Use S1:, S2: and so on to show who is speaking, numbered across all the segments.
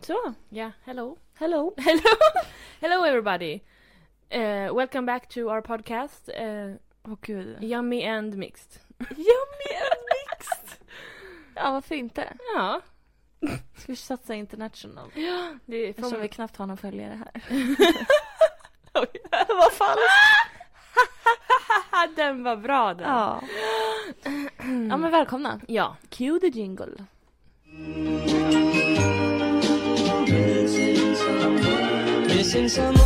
S1: Så,
S2: Yeah, hello.
S1: hello.
S2: Hello. hello everybody. Eh, welcome back to our podcast. eh,
S1: Åh gud.
S2: yummy and mixed.
S1: Yummy and mixed! ja, varför inte?
S2: Ja.
S1: Ska vi satsa international?
S2: Det är
S1: Eftersom
S2: från...
S1: vi knappt har någon följare här. Vad fan?
S2: den var bra den.
S1: Ja. Mm. ja men välkomna.
S2: ja.
S1: Cue the jingle.
S3: Missing someone.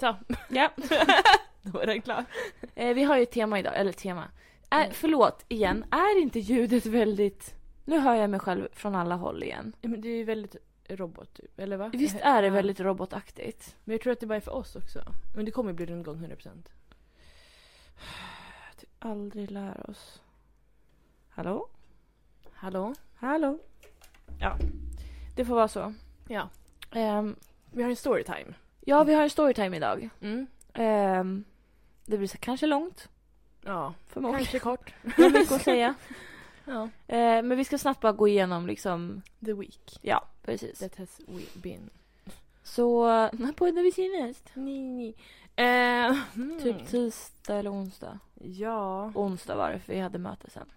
S2: Så.
S1: Ja.
S2: Då är den klar.
S1: Eh, vi har ju ett tema idag, eller tema. Äh, förlåt igen, är inte ljudet väldigt... Nu hör jag mig själv från alla håll igen.
S2: Men det är ju väldigt robot typ, eller va?
S1: Visst
S2: Jag-
S1: är det
S2: ja.
S1: väldigt robotaktigt?
S2: Men jag tror att det bara är för oss också. Men det kommer ju bli rundgång 100%.
S1: Aldrig lär oss. Hallå?
S2: Hallå?
S1: Hallå? Ja, det får vara så.
S2: Ja.
S1: Ehm,
S2: Vi har en storytime.
S1: ja, vi har en storytime idag.
S2: Mm.
S1: Ehm, det blir så kanske långt
S2: Ja.
S1: för många.
S2: Kanske kort.
S1: Det är mycket att säga.
S2: Ja.
S1: Ehm, men vi ska snabbt bara gå igenom liksom,
S2: The week.
S1: ja precis.
S2: That has we been.
S1: Så när poddar vi senast?
S2: Nej, nej. Eh,
S1: Typ tisdag eller onsdag.
S2: Ja.
S1: Onsdag var det för vi hade möte sen.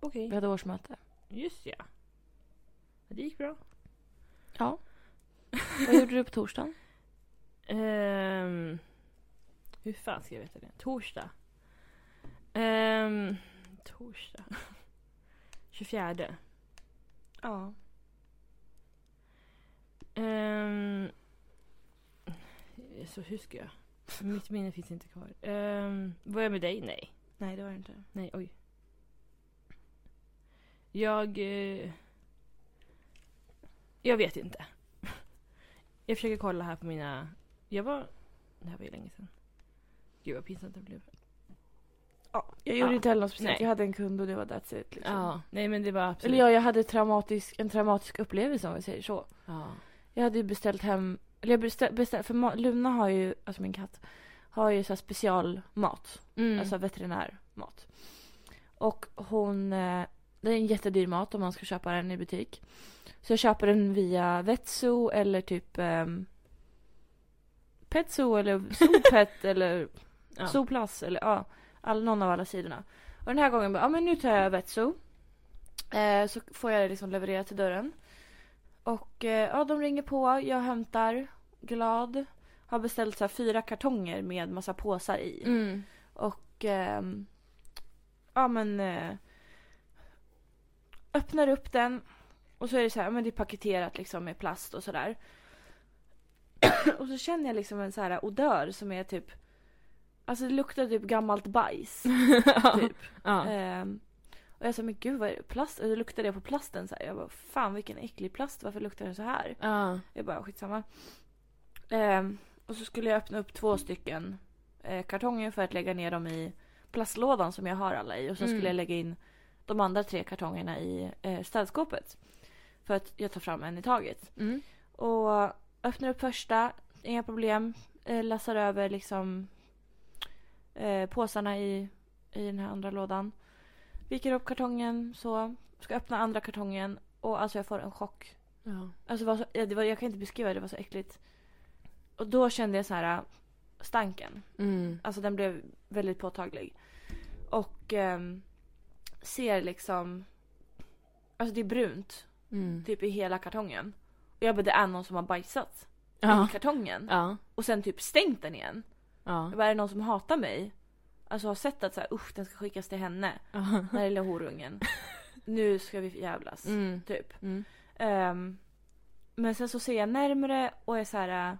S2: Okej.
S1: Vi hade årsmöte.
S2: Just ja. Det gick bra.
S1: Ja. Vad gjorde du på torsdagen?
S2: Ehm, hur fan ska jag veta det? Torsdag. Ehm, torsdag. 24.
S1: Ja.
S2: Ehm, så hur ska jag? Mitt minne finns inte kvar. Ehm, var jag med dig? Nej.
S1: Nej det var det inte.
S2: Nej, oj. Jag... Eh, jag vet inte. Jag försöker kolla här på mina... Jag var... Det här var ju länge sedan. Gud vad pinsamt det blev.
S1: Ja, jag gjorde
S2: Ja.
S1: inte heller något speciellt.
S2: Nej.
S1: Jag hade en kund och det var that's it. Liksom.
S2: Nej men det var absolut...
S1: Eller ja, jag hade traumatisk, en traumatisk upplevelse om vi säger så.
S2: Ja.
S1: Jag hade ju beställt hem, eller jag beställt, beställt för Ma- Luna har ju, alltså min katt, har ju så här specialmat.
S2: Mm.
S1: Alltså veterinärmat. Och hon, eh, det är en jättedyr mat om man ska köpa den i butik. Så jag köper den via Vetso eller typ ehm, Petso eller Zoopet eller
S2: ja.
S1: Zooplus eller ja, all, någon av alla sidorna. Och den här gången bara, ja men nu tar jag Vetso. Eh, så får jag det liksom levererat till dörren. Och eh, ja, de ringer på, jag hämtar, glad. Har beställt så här fyra kartonger med massa påsar i.
S2: Mm.
S1: Och ehm, ja men eh, öppnar upp den och så är det så här, ja, men det är paketerat liksom med plast och sådär. och så känner jag liksom en så här odör som är typ, alltså det luktar typ gammalt bajs. typ.
S2: Ja.
S1: Ehm, och jag sa men gud vad är det, plast? Och då luktade jag på plasten så här. Jag bara fan vilken äcklig plast, varför luktar den så här?
S2: Ja.
S1: Jag bara skitsamma. Ehm, och så skulle jag öppna upp två stycken eh, kartonger för att lägga ner dem i plastlådan som jag har alla i. Och sen
S2: Mm.
S1: skulle jag lägga in de andra tre kartongerna i eh, städskåpet. För att jag tar fram en i taget.
S2: Mm.
S1: Och öppnar upp första, inga problem. Eh, lassar över liksom eh, påsarna i, i den här andra lådan. Viker upp kartongen så. Ska öppna andra kartongen. Och alltså jag får en chock.
S2: Ja.
S1: Alltså det var så, ja, det var, jag kan inte beskriva det, det var så äckligt. Och då kände jag så här äh, stanken.
S2: Mm.
S1: Alltså den blev väldigt påtaglig. Och ehm, ser liksom, alltså det är brunt
S2: Mm.
S1: typ i hela kartongen. Och jag bara det är någon som har bajsat
S2: Ja.
S1: i kartongen.
S2: Ja.
S1: Och sen typ stängt den igen.
S2: Ja.
S1: Jag bara är det någon som hatar mig? Alltså har sett att så här, usch den ska skickas till henne.
S2: Ja.
S1: Den här lilla horungen. nu ska vi jävlas.
S2: Mm.
S1: Typ.
S2: Mm.
S1: Ehm, men sen så ser jag närmre och är så här. äh,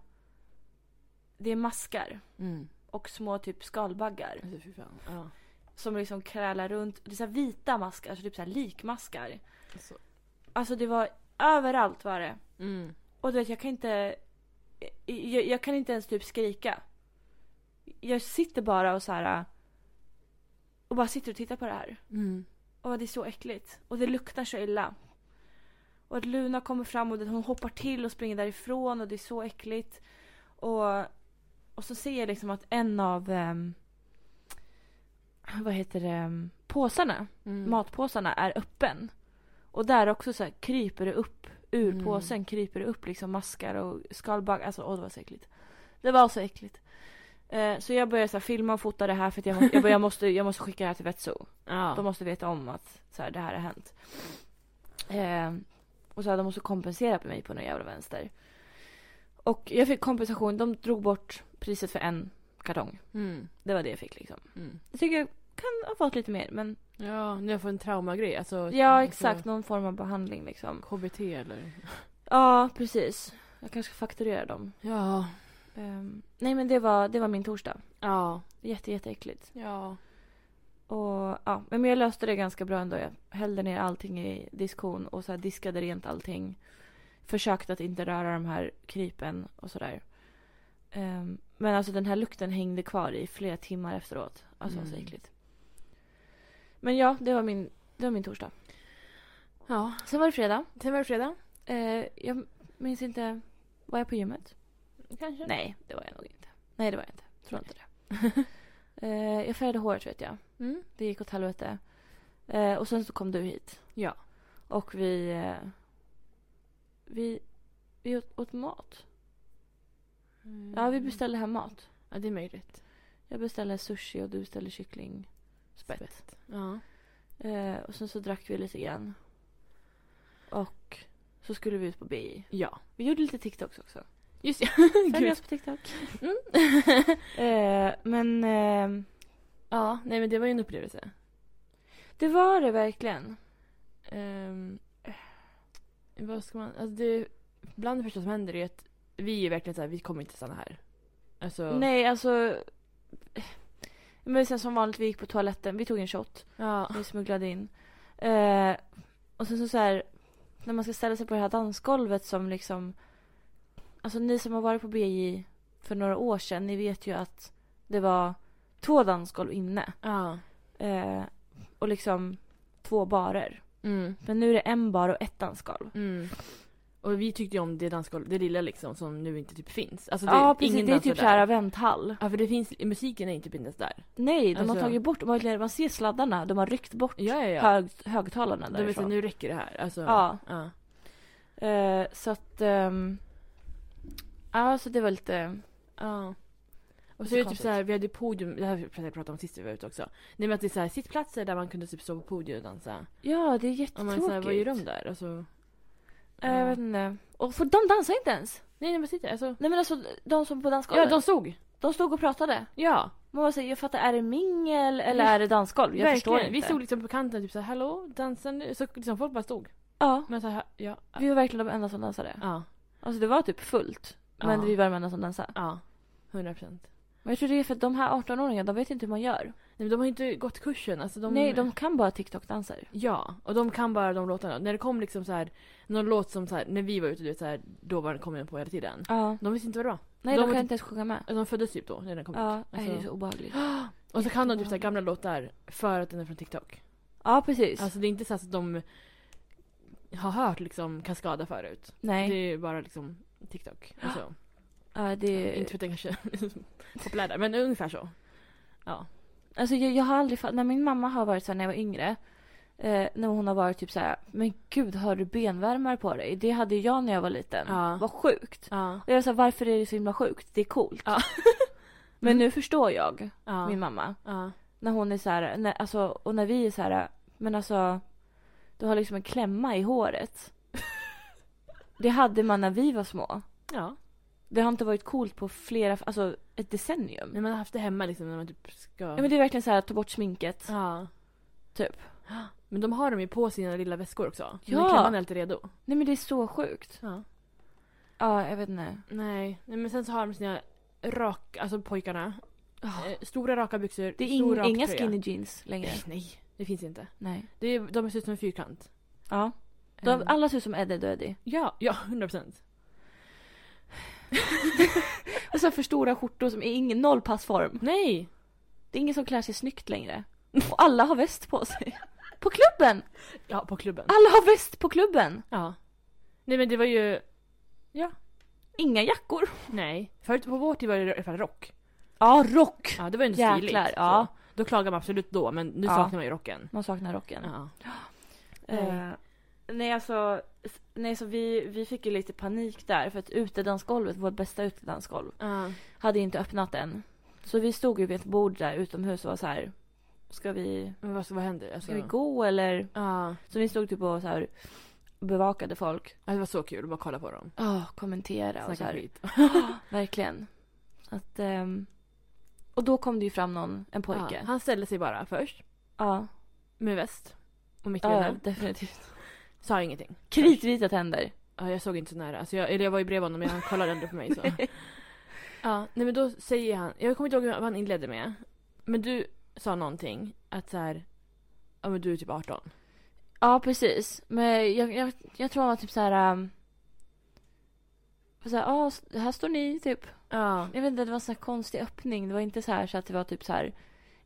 S1: Det är maskar
S2: Mm.
S1: och små typ skalbaggar
S2: Alltså fy fan. Ja.
S1: som liksom krälar runt. Det är så här vita maskar, alltså typ så här likmaskar.
S2: Alltså.
S1: Alltså det var överallt var det.
S2: Mm.
S1: Och du vet jag kan inte. Jag, jag kan inte ens typ skrika. Jag sitter bara och så här. äh, Och bara sitter och tittar på det här.
S2: Mm.
S1: Åh, det är så äckligt. Och det luktar så illa. Och att Luna kommer fram och den- hon hoppar till och springer därifrån och det är så äckligt. Och, och så ser jag liksom att en av... ehm, vad heter det? ehm, påsarna,
S2: Mm.
S1: matpåsarna, är öppen. Och där också så här kryper det upp, ur
S2: Mm.
S1: påsen kryper det upp liksom maskar och skalbaggar. Alltså åh det var så äckligt. Det var så äckligt. Eh, så jag började så här, filma och fota det här för att jag, må- jag, bara, jag, måste, jag måste skicka det här till Vetso.
S2: Ja.
S1: De måste veta om att så här, det här har hänt. Eh, och så här, de måste kompensera på mig på någon jävla vänster. Och jag fick kompensation. De drog bort priset för en kartong.
S2: Mm.
S1: Det var det jag fick liksom.
S2: Mm.
S1: Jag tycker jag kan ha fått lite mer men
S2: Ja, nu har jag fått en traumagrej. Alltså,
S1: ja exakt någon form av behandling liksom.
S2: KBT eller?
S1: Ja precis. Jag kanske ska fakturera dem.
S2: Ja.
S1: Ehm, nej men det var, det var min torsdag.
S2: Ja.
S1: Jätte jätteäckligt.
S2: Ja.
S1: Och ja men jag löste det ganska bra ändå. Jag hällde ner allting i diskon och så här diskade rent allting. Försökte att inte röra de här krypen och sådär. Ehm, men alltså den här lukten hängde kvar i flera timmar efteråt. Alltså så
S2: Mm.
S1: äckligt. Men ja det var min, det var min torsdag.
S2: Ja.
S1: Sen var det fredag.
S2: Sen var det fredag.
S1: Eh, jag minns inte. Var jag på gymmet?
S2: Kanske.
S1: Nej, det var jag nog inte. Nej, det var jag inte. Tror inte det. eh, jag färgade håret vet jag.
S2: Mm.
S1: Det gick åt helvete. Eh, och sen så kom du hit.
S2: Ja.
S1: Och vi... Eh, vi, vi åt, åt mat. Ja, vi beställde hem mat.
S2: Mm. Ja, det är möjligt.
S1: Jag beställde sushi och du beställde kycklingspett.
S2: Ja.
S1: Eh, och sen så drack vi lite grann. Och så skulle vi ut på BI.
S2: Ja.
S1: Vi gjorde lite TikToks också.
S2: Just det.
S1: Följ
S2: Gud.
S1: oss på TikTok.
S2: Mm.
S1: Eh, men eh,
S2: ja, nej men det var ju en upplevelse.
S1: det var det verkligen.
S2: Ehm, vad ska man... Alltså det, bland det första som händer är att vi är verkligen så här, vi kommer inte stanna här. Alltså...
S1: Nej, alltså. Men sen som vanligt, vi gick på toaletten. Vi tog en shot.
S2: Ja.
S1: Vi smugglade in. Eh, och sen så, så här. När man ska ställa sig på det här dansgolvet som liksom. Alltså ni som har varit på BJ för några år sedan. Ni vet ju att det var två dansgolv inne.
S2: Ja.
S1: Eh, och liksom två barer.
S2: Mm.
S1: Men nu är det en bar och ett dansgolv.
S2: Mm. Och vi tyckte ju om det dansgolvet, det lilla liksom som nu inte typ finns. Alltså det,
S1: ja precis,
S2: ingen
S1: det är
S2: dansar
S1: typ
S2: där.
S1: såhär vänthall.
S2: Ja för det finns, musiken är ju typ inte ens där.
S1: Nej, de har
S2: Alltså-
S1: tagit bort, de har, man ser sladdarna, de har ryckt bort
S2: Ja ja ja.
S1: hög, högtalarna
S2: De vet att
S1: därifrån.
S2: nu räcker det här. Alltså,
S1: Ja.
S2: ja.
S1: Eh, så att, ehm, ja så det var lite,
S2: Ja. Och
S1: Så
S2: så är det typ
S1: konstigt.
S2: så här, vi hade podium, det här pratade jag pratade om sist vi var ute också. Nej men att det är så här, sittplatser där man kunde typ stå på podium och dansa.
S1: ja det är
S2: Och
S1: jättetråkigt.
S2: man så här, vad gör de där? Alltså,
S1: Eh, Jag vet inte. Och för de dansar inte ens.
S2: nej nej men sitter alltså.
S1: Nej men alltså de som på dansgolvet.
S2: Ja de stod.
S1: de stod och pratade.
S2: Ja.
S1: Man var såhär, jag fattar, är det mingel eller
S2: Ja,
S1: är det dansgolv? Jag förstår inte.
S2: Vi stod liksom på kanten typ så här, hallå dansar ni? Så liksom folk bara stod.
S1: Ja,
S2: Men så här, ja.
S1: vi var verkligen de enda som dansade.
S2: Ja.
S1: Alltså det var typ fullt. Men
S2: Ja.
S1: vi var de enda som dansade.
S2: Ja. 100 procent.
S1: Men jag tror det är för att de här 18-åringarna, de vet inte hur man gör.
S2: Nej men de har ju inte gått kursen. Alltså, de...
S1: Nej, de kan bara TikTok-danser.
S2: Ja, och de kan bara de låtarna. När det kom liksom så här, någon låt som så här, när vi var ute, du vet så här, då var den kom den på hela tiden.
S1: Ja.
S2: De visste inte vad det var.
S1: Nej,
S2: De
S1: de, kan
S2: var typ-
S1: inte ens sjunga med.
S2: De föddes typ då när den kom ut.
S1: Ja, nej,
S2: alltså-
S1: det är så obehagligt.
S2: Och så kan de typ så här gamla låtar för att den är från TikTok.
S1: Ja, precis.
S2: Alltså det är inte så att de har hört liksom Kaskada förut.
S1: nej,
S2: Det är ju bara liksom TikTok. Alltså,
S1: ja, det
S2: Inte för att den kanske är populär där, men ungefär så.
S1: Alltså jag, jag har aldrig fa- När min mamma har varit så här när jag var yngre. Eh, när hon har varit typ så här, men gud har du benvärmare på dig? Det hade ju jag när jag var liten.
S2: Ja.
S1: Vad sjukt.
S2: Ja.
S1: Och jag var så här, varför är det så himla sjukt? Det är coolt.
S2: Ja. Mm.
S1: men nu förstår jag
S2: Ja.
S1: min mamma.
S2: ja.
S1: När hon är så här, när, alltså, och när vi är så här, men alltså, du har liksom en klämma i håret. Det hade man när vi var små.
S2: ja.
S1: Det har inte varit coolt på flera, alltså ett decennium.
S2: När man har haft det hemma liksom när man typ ska...
S1: Ja men det är verkligen så här, ta bort sminket.
S2: Ja.
S1: Typ.
S2: Men de har dem ju på sina lilla väskor också. Ja.
S1: Ja.
S2: Men klämman är alltid redo.
S1: Nej men det är så sjukt.
S2: Ja.
S1: Ja, jag vet inte.
S2: Nej. Nej men sen så har de sina rak, alltså pojkarna. Eh, stora raka byxor.
S1: Ah. Det är ing-
S2: stor rak
S1: inga
S2: tröja.
S1: skinny jeans längre.
S2: Nej, Nej, det finns inte.
S1: Nej.
S2: Det är, de ser ut som en fyrkant.
S1: Ja. Ehm. De,
S2: Eh,
S1: alla ser ut som Eddie och Eddie.
S2: Ja, ja, 100 procent.
S1: Och så Alltså, för stora skjortor som är ingen noll passform.
S2: Nej!
S1: Det är ingen som klär sig snyggt längre. Och alla har väst på sig. På klubben!
S2: Ja, på klubben.
S1: Alla har väst på klubben!
S2: Ja. Nej men det var ju,
S1: Inga jackor.
S2: nej. Förut på vår tid var det i alla fall rock.
S1: Ja, rock!
S2: Ja, det var ju ändå stiligt.
S1: Jäklar, ja.
S2: så. Då klagar man absolut då, men nu
S1: Ja.
S2: saknar man ju rocken.
S1: Man saknar rocken.
S2: Ja.
S1: Eh, nej alltså, s- nej, så vi, vi fick ju lite panik där för att utedansgolvet, vårt bästa utedansgolv, hade inte öppnat än. Så vi stod ju vid ett bord där utomhus och var så här, ska vi,
S2: Men vad, vad händer? Alltså,
S1: ska vi gå eller?
S2: Ja.
S1: Så vi stod typ och så här bevakade folk.
S2: Ja, Det var så kul att bara kolla på dem.
S1: Ja, kommentera och så
S2: Snacka
S1: här.
S2: skit.
S1: Verkligen. Att, ehm, och då kom det ju fram någon, en
S2: Ja,
S1: pojke.
S2: Han ställde sig bara först,
S1: Ja,
S2: med väst och mitt i
S1: ja,
S2: ögonen.
S1: definitivt.
S2: Sa ingenting.
S1: Kritvita tänder.
S2: Ja, jag såg inte så nära. Alltså jag, eller jag var ju bredvid honom men han kollade ändå på mig. Så. ja, nej men då säger han, jag kommer inte ihåg vad han inledde med. Men du sa någonting att så här, ja men du är typ 18.
S1: Ja, precis. Men jag, jag, jag tror han var typ så här... Um, så här, ah, s- här står ni, typ.
S2: Ja.
S1: Jag vet inte, det var en sån här konstig öppning. Det var inte så här så att det var typ så här...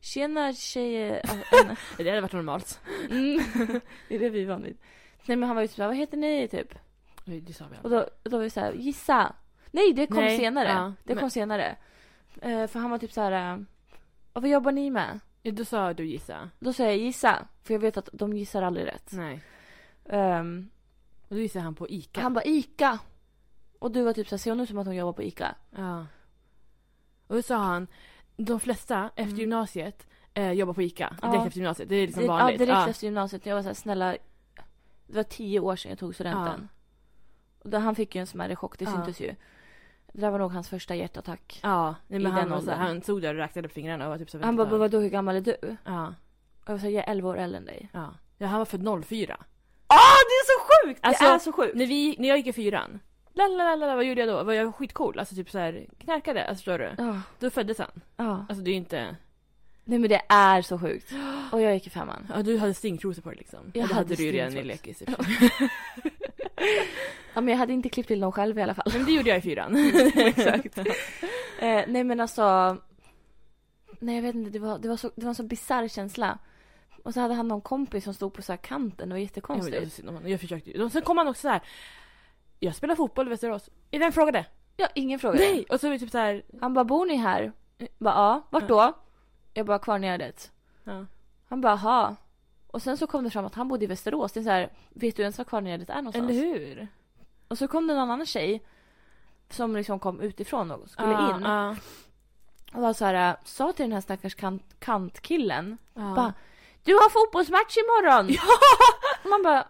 S1: Tjena tjejer. Ah, en-
S2: Det hade varit normalt.
S1: Mm. det är det vi är van vid. Nej, men han var ju typ så här, vad heter ni, typ?
S2: Oj, Det sa vi
S1: Och
S2: aldrig.
S1: då, och då var vi så här, gissa. Nej, det kom
S2: Nej,
S1: senare.
S2: ja,
S1: det kom
S2: men-
S1: senare. Eh, för han var typ så här... eh, "Ah, vad jobbar ni med?
S2: Ja, då sa du gissa.
S1: Då säger jag gissa. För jag vet att de gissar aldrig rätt.
S2: Nej.
S1: Ehm,
S2: Och då gissade han på ICA.
S1: Han bara ICA. Och du var typ såhär, ser hon ut som att hon jobbar på ICA?
S2: Ja. Och då sa han, de flesta efter
S1: Mm.
S2: gymnasiet eh, jobbar på ICA.
S1: Ja.
S2: Direkt efter gymnasiet. Det är liksom
S1: Direkt- ja,
S2: vanligt.
S1: direkt efter gymnasiet. Jag var såhär, snälla. Det var tio år sedan jag tog studenten. Och då, han fick ju en smärre chock, det
S2: Ja.
S1: syntes ju. Det där var nog hans första hjärtattack.
S2: Ja, nej,
S1: I
S2: men han,
S1: den
S2: var så här,
S1: åldern.
S2: han stod där och räknade på fingrarna och var typ så här,
S1: Han bara,
S2: vänta.
S1: vadå hur gammal är du? Och
S2: Ja,
S1: jag var såhär, jag är 11 år äldre än dig.
S2: ja. ja, han var född 04.
S1: Ah det är så sjukt!
S2: Alltså,
S1: det är så sjukt!
S2: När, vi, när jag gick i fyran, la, la, la, la, la, vad gjorde jag då? Var jag skitcool? Alltså typ så här knarkade, alltså förstår du?
S1: Ja,
S2: Då föddes han.
S1: ja.
S2: Alltså det är ju inte...
S1: Nej men det är så sjukt. Och jag gick i femman.
S2: Ja, du hade stingtrosor på dig liksom.
S1: Jag
S2: Ja, det
S1: hade
S2: hade du ju redan i
S1: stingtrosor.
S2: lekis. i och
S1: Ja.
S2: för sig.
S1: Ja men jag hade inte klippt till dem själv i alla fall.
S2: Men det gjorde jag i fyran.
S1: Exakt. Eh, nej men alltså. Nej jag vet inte, det var, det var, så, det var en så bisarr känsla. Och så hade han någon kompis som stod på så här kanten, det var
S2: Konstigt. Jag,
S1: jättekonstigt.
S2: synd om honom. jag försökte ju. Sen kom han också så här. Jag spelar fotboll i Västerås. Är Vem frågade?
S1: Ja, ingen fråga.
S2: Nej! Och så är vi typ så här.
S1: Han bara, bor ni här? Jag bara, ja. Vart då? Jag bara, Kvarngärdet.
S2: Ja.
S1: Han bara, aha. Och sen så kom det fram att han bodde i Västerås. Det är så här, vet du ens var Kvarngärdet är någonstans?
S2: Eller hur?
S1: Och så kom det en annan tjej som liksom kom utifrån och skulle in.
S2: Ja,
S1: Och var så här, eh, sa till den här stackars kant, kantkillen.
S2: ja.
S1: Bara, du har fotbollsmatch imorgon! Och Man bara,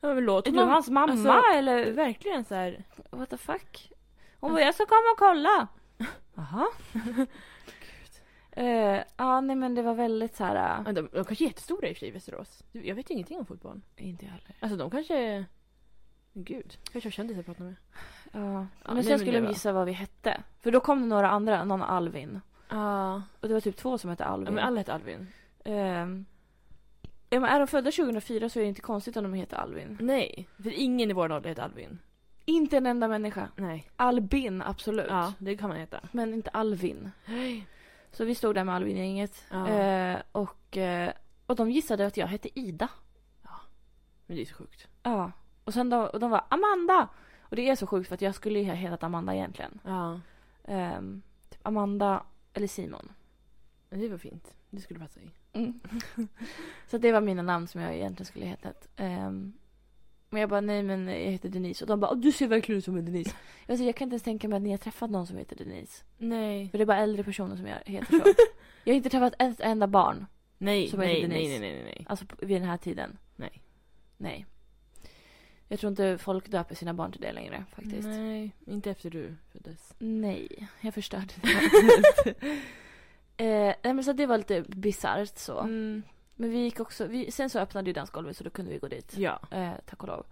S2: Ja, men låt
S1: Är du hans mamma
S2: Alltså,
S1: eller?
S2: verkligen så här.
S1: What the fuck? Hon bara, jag ska komma och kolla. Jaha. Eh, ja, nej men det var väldigt så här.
S2: Ja, De, de kanske är jättestora i och för sig i Västerås. Du, Jag vet ju ingenting om fotboll.
S1: inte jag heller.
S2: Alltså de kanske... Gud, kanske har kändisar att prata med.
S1: Ja.
S2: Ja,
S1: men
S2: nej,
S1: sen
S2: men
S1: skulle
S2: det
S1: de
S2: var-
S1: gissa vad vi hette. För då kom det några andra, någon Alvin.
S2: Ja.
S1: Och det var typ två som hette Alvin.
S2: men alla heter Alvin.
S1: Ehm, ja, men är de födda 2004 så är det inte konstigt om de heter Alvin.
S2: Nej, för ingen i vår ålder heter Alvin.
S1: Inte en enda människa.
S2: Nej.
S1: Albin, absolut.
S2: Ja, det kan man heta.
S1: Men inte Alvin. Så vi stod där med Alvin-gänget.
S2: Ja.
S1: Eh, och, eh, och de gissade att jag hette Ida.
S2: Men det är så sjukt.
S1: Ja. Och sen de, och de var Amanda! Och det är så sjukt för att jag skulle ju ha hetat Amanda egentligen.
S2: Ja.
S1: Ehm, typ Amanda eller Simon.
S2: Men det var fint. Det skulle passa i.
S1: Mm. så det var mina namn som jag egentligen skulle ha hetat. Ehm, men jag bara nej men jag heter Denise. Och de bara "Åh, du ser verkligen ut som en Denise. Jag, säger, jag kan inte ens tänka mig att ni har träffat någon som heter Denise.
S2: Nej.
S1: För det är bara äldre personer som jag heter så. jag har inte träffat ett enda barn.
S2: Nej,
S1: Som
S2: nej,
S1: heter
S2: nej,
S1: Denise.
S2: nej, nej, nej.
S1: Alltså på- vid den här tiden.
S2: Nej.
S1: Nej. Jag tror inte folk döper sina barn till det längre faktiskt.
S2: Nej, inte efter du föddes.
S1: Nej, jag förstörde det. eh, nej, men så det var lite bisarrt så.
S2: Mm.
S1: Men vi gick också, vi, sen så öppnade ju dansgolvet så då kunde vi gå dit.
S2: Ja.
S1: Eh, tack och lov.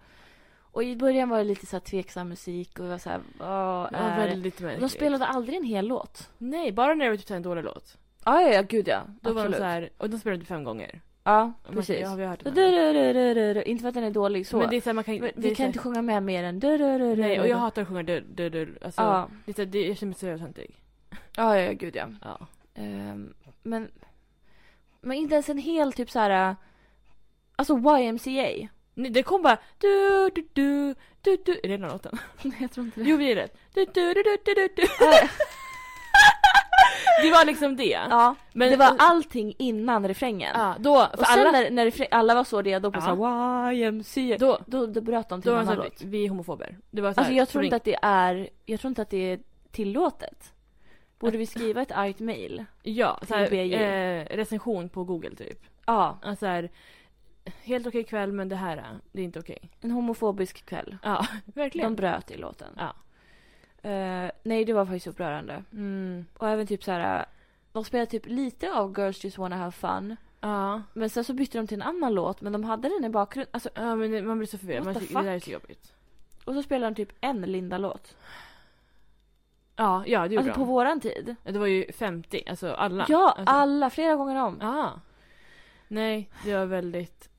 S1: Och i början var det lite så här tveksam musik och vi var så här, vad
S2: Det var
S1: är det?
S2: väldigt märkligt.
S1: De spelade aldrig en hel låt.
S2: Nej, bara när det var typ så här en dålig låt.
S1: Ja, ja, ja, gud ja.
S2: Då var de
S1: Absolut.
S2: så här, och de spelade typ fem gånger.
S1: Ja,
S2: Och man-
S1: precis.
S2: Ja, vi har hört
S1: Du,
S2: den
S1: du,
S2: här.
S1: du, du, du, du. Inte för att den är dålig så.
S2: Men det är så här, man kan,
S1: Men
S2: det
S1: vi
S2: är så
S1: kan
S2: här-
S1: inte sjunga med mer än du, du, du, du,
S2: Nej, och
S1: du.
S2: jag hatar att sjunga du, du, du. Alltså,
S1: Ja,
S2: det, är så här, det, jag känner mig så jävla töntig.
S1: ja, ja, gud ja.
S2: Ja.
S1: Ehm, men, men inte ens en hel typ så här. äh, Alltså YMCA.
S2: Nej, det kom bara du, du, du, du, du. Är det den här låten?
S1: Nej, jag tror inte
S2: Jo, det är rätt. Du, du, du, du, du, du, du. Det var liksom det.
S1: Ja,
S2: Men,
S1: det var allting innan refrängen.
S2: ja, då, för
S1: och sen
S2: alla,
S1: när, när refrä- alla var så redo på
S2: Ja.
S1: så här, YMCA,
S2: då,
S1: då, då bröt de till
S2: då var
S1: en
S2: det
S1: annan
S2: såhär,
S1: låt.
S2: vi, vi är homofober. Det var så här,
S1: Alltså jag tror
S2: ring-
S1: inte att det är, jag tror inte att det är tillåtet. Borde vi skriva ett argt mail?
S2: Ja, så här,
S1: BJ.
S2: eh, recension på google typ.
S1: Ja,
S2: Alltså så här, helt okej kväll men det här, eh, det är inte okej.
S1: en homofobisk kväll.
S2: Ja, verkligen.
S1: De bröt i låten.
S2: Ja.
S1: Eh, nej, det var faktiskt upprörande.
S2: Mm.
S1: Och även typ så här. De spelade typ lite av Girls Just Wanna Have Fun.
S2: Ja.
S1: Men sen så bytte de till en annan låt, men de hade den i bakgrunden. Alltså,
S2: ja, men det- man blir så förvirrad.
S1: What
S2: Man
S1: the
S2: tycker det där är
S1: fuck?
S2: så jobbigt.
S1: och så spelade de typ en Linda-låt.
S2: Ja, ja det gjorde
S1: Alltså på
S2: de.
S1: våran tid.
S2: Det var ju 50, alltså alla.
S1: Ja,
S2: alltså,
S1: alla, flera gånger om.
S2: Ja. Nej, det var väldigt...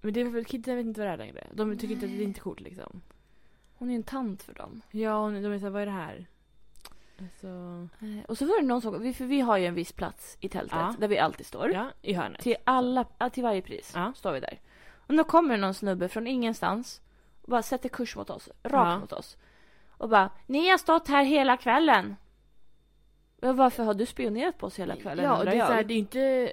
S2: Men det är väl kidsen vet inte vad det är längre. De tycker inte att det är inte coolt liksom.
S1: Hon är en tant för dem.
S2: Ja, och de är såhär, vad är det här? Alltså...
S1: Eh, Och så var det någon som, vi- för vi har ju en viss plats i tältet
S2: Ja.
S1: där vi alltid står.
S2: Ja, i hörnet.
S1: Till alla, ja, till varje pris
S2: Ja.
S1: står vi där. Och då kommer det någon snubbe från ingenstans och bara sätter kurs mot oss, rakt
S2: Ja.
S1: mot oss. Och bara, ni har stått här hela kvällen. Ja, Varför har du spionerat på oss hela kvällen
S2: Ja, och
S1: undrar
S2: det är,
S1: jag.
S2: såhär, det är ju inte...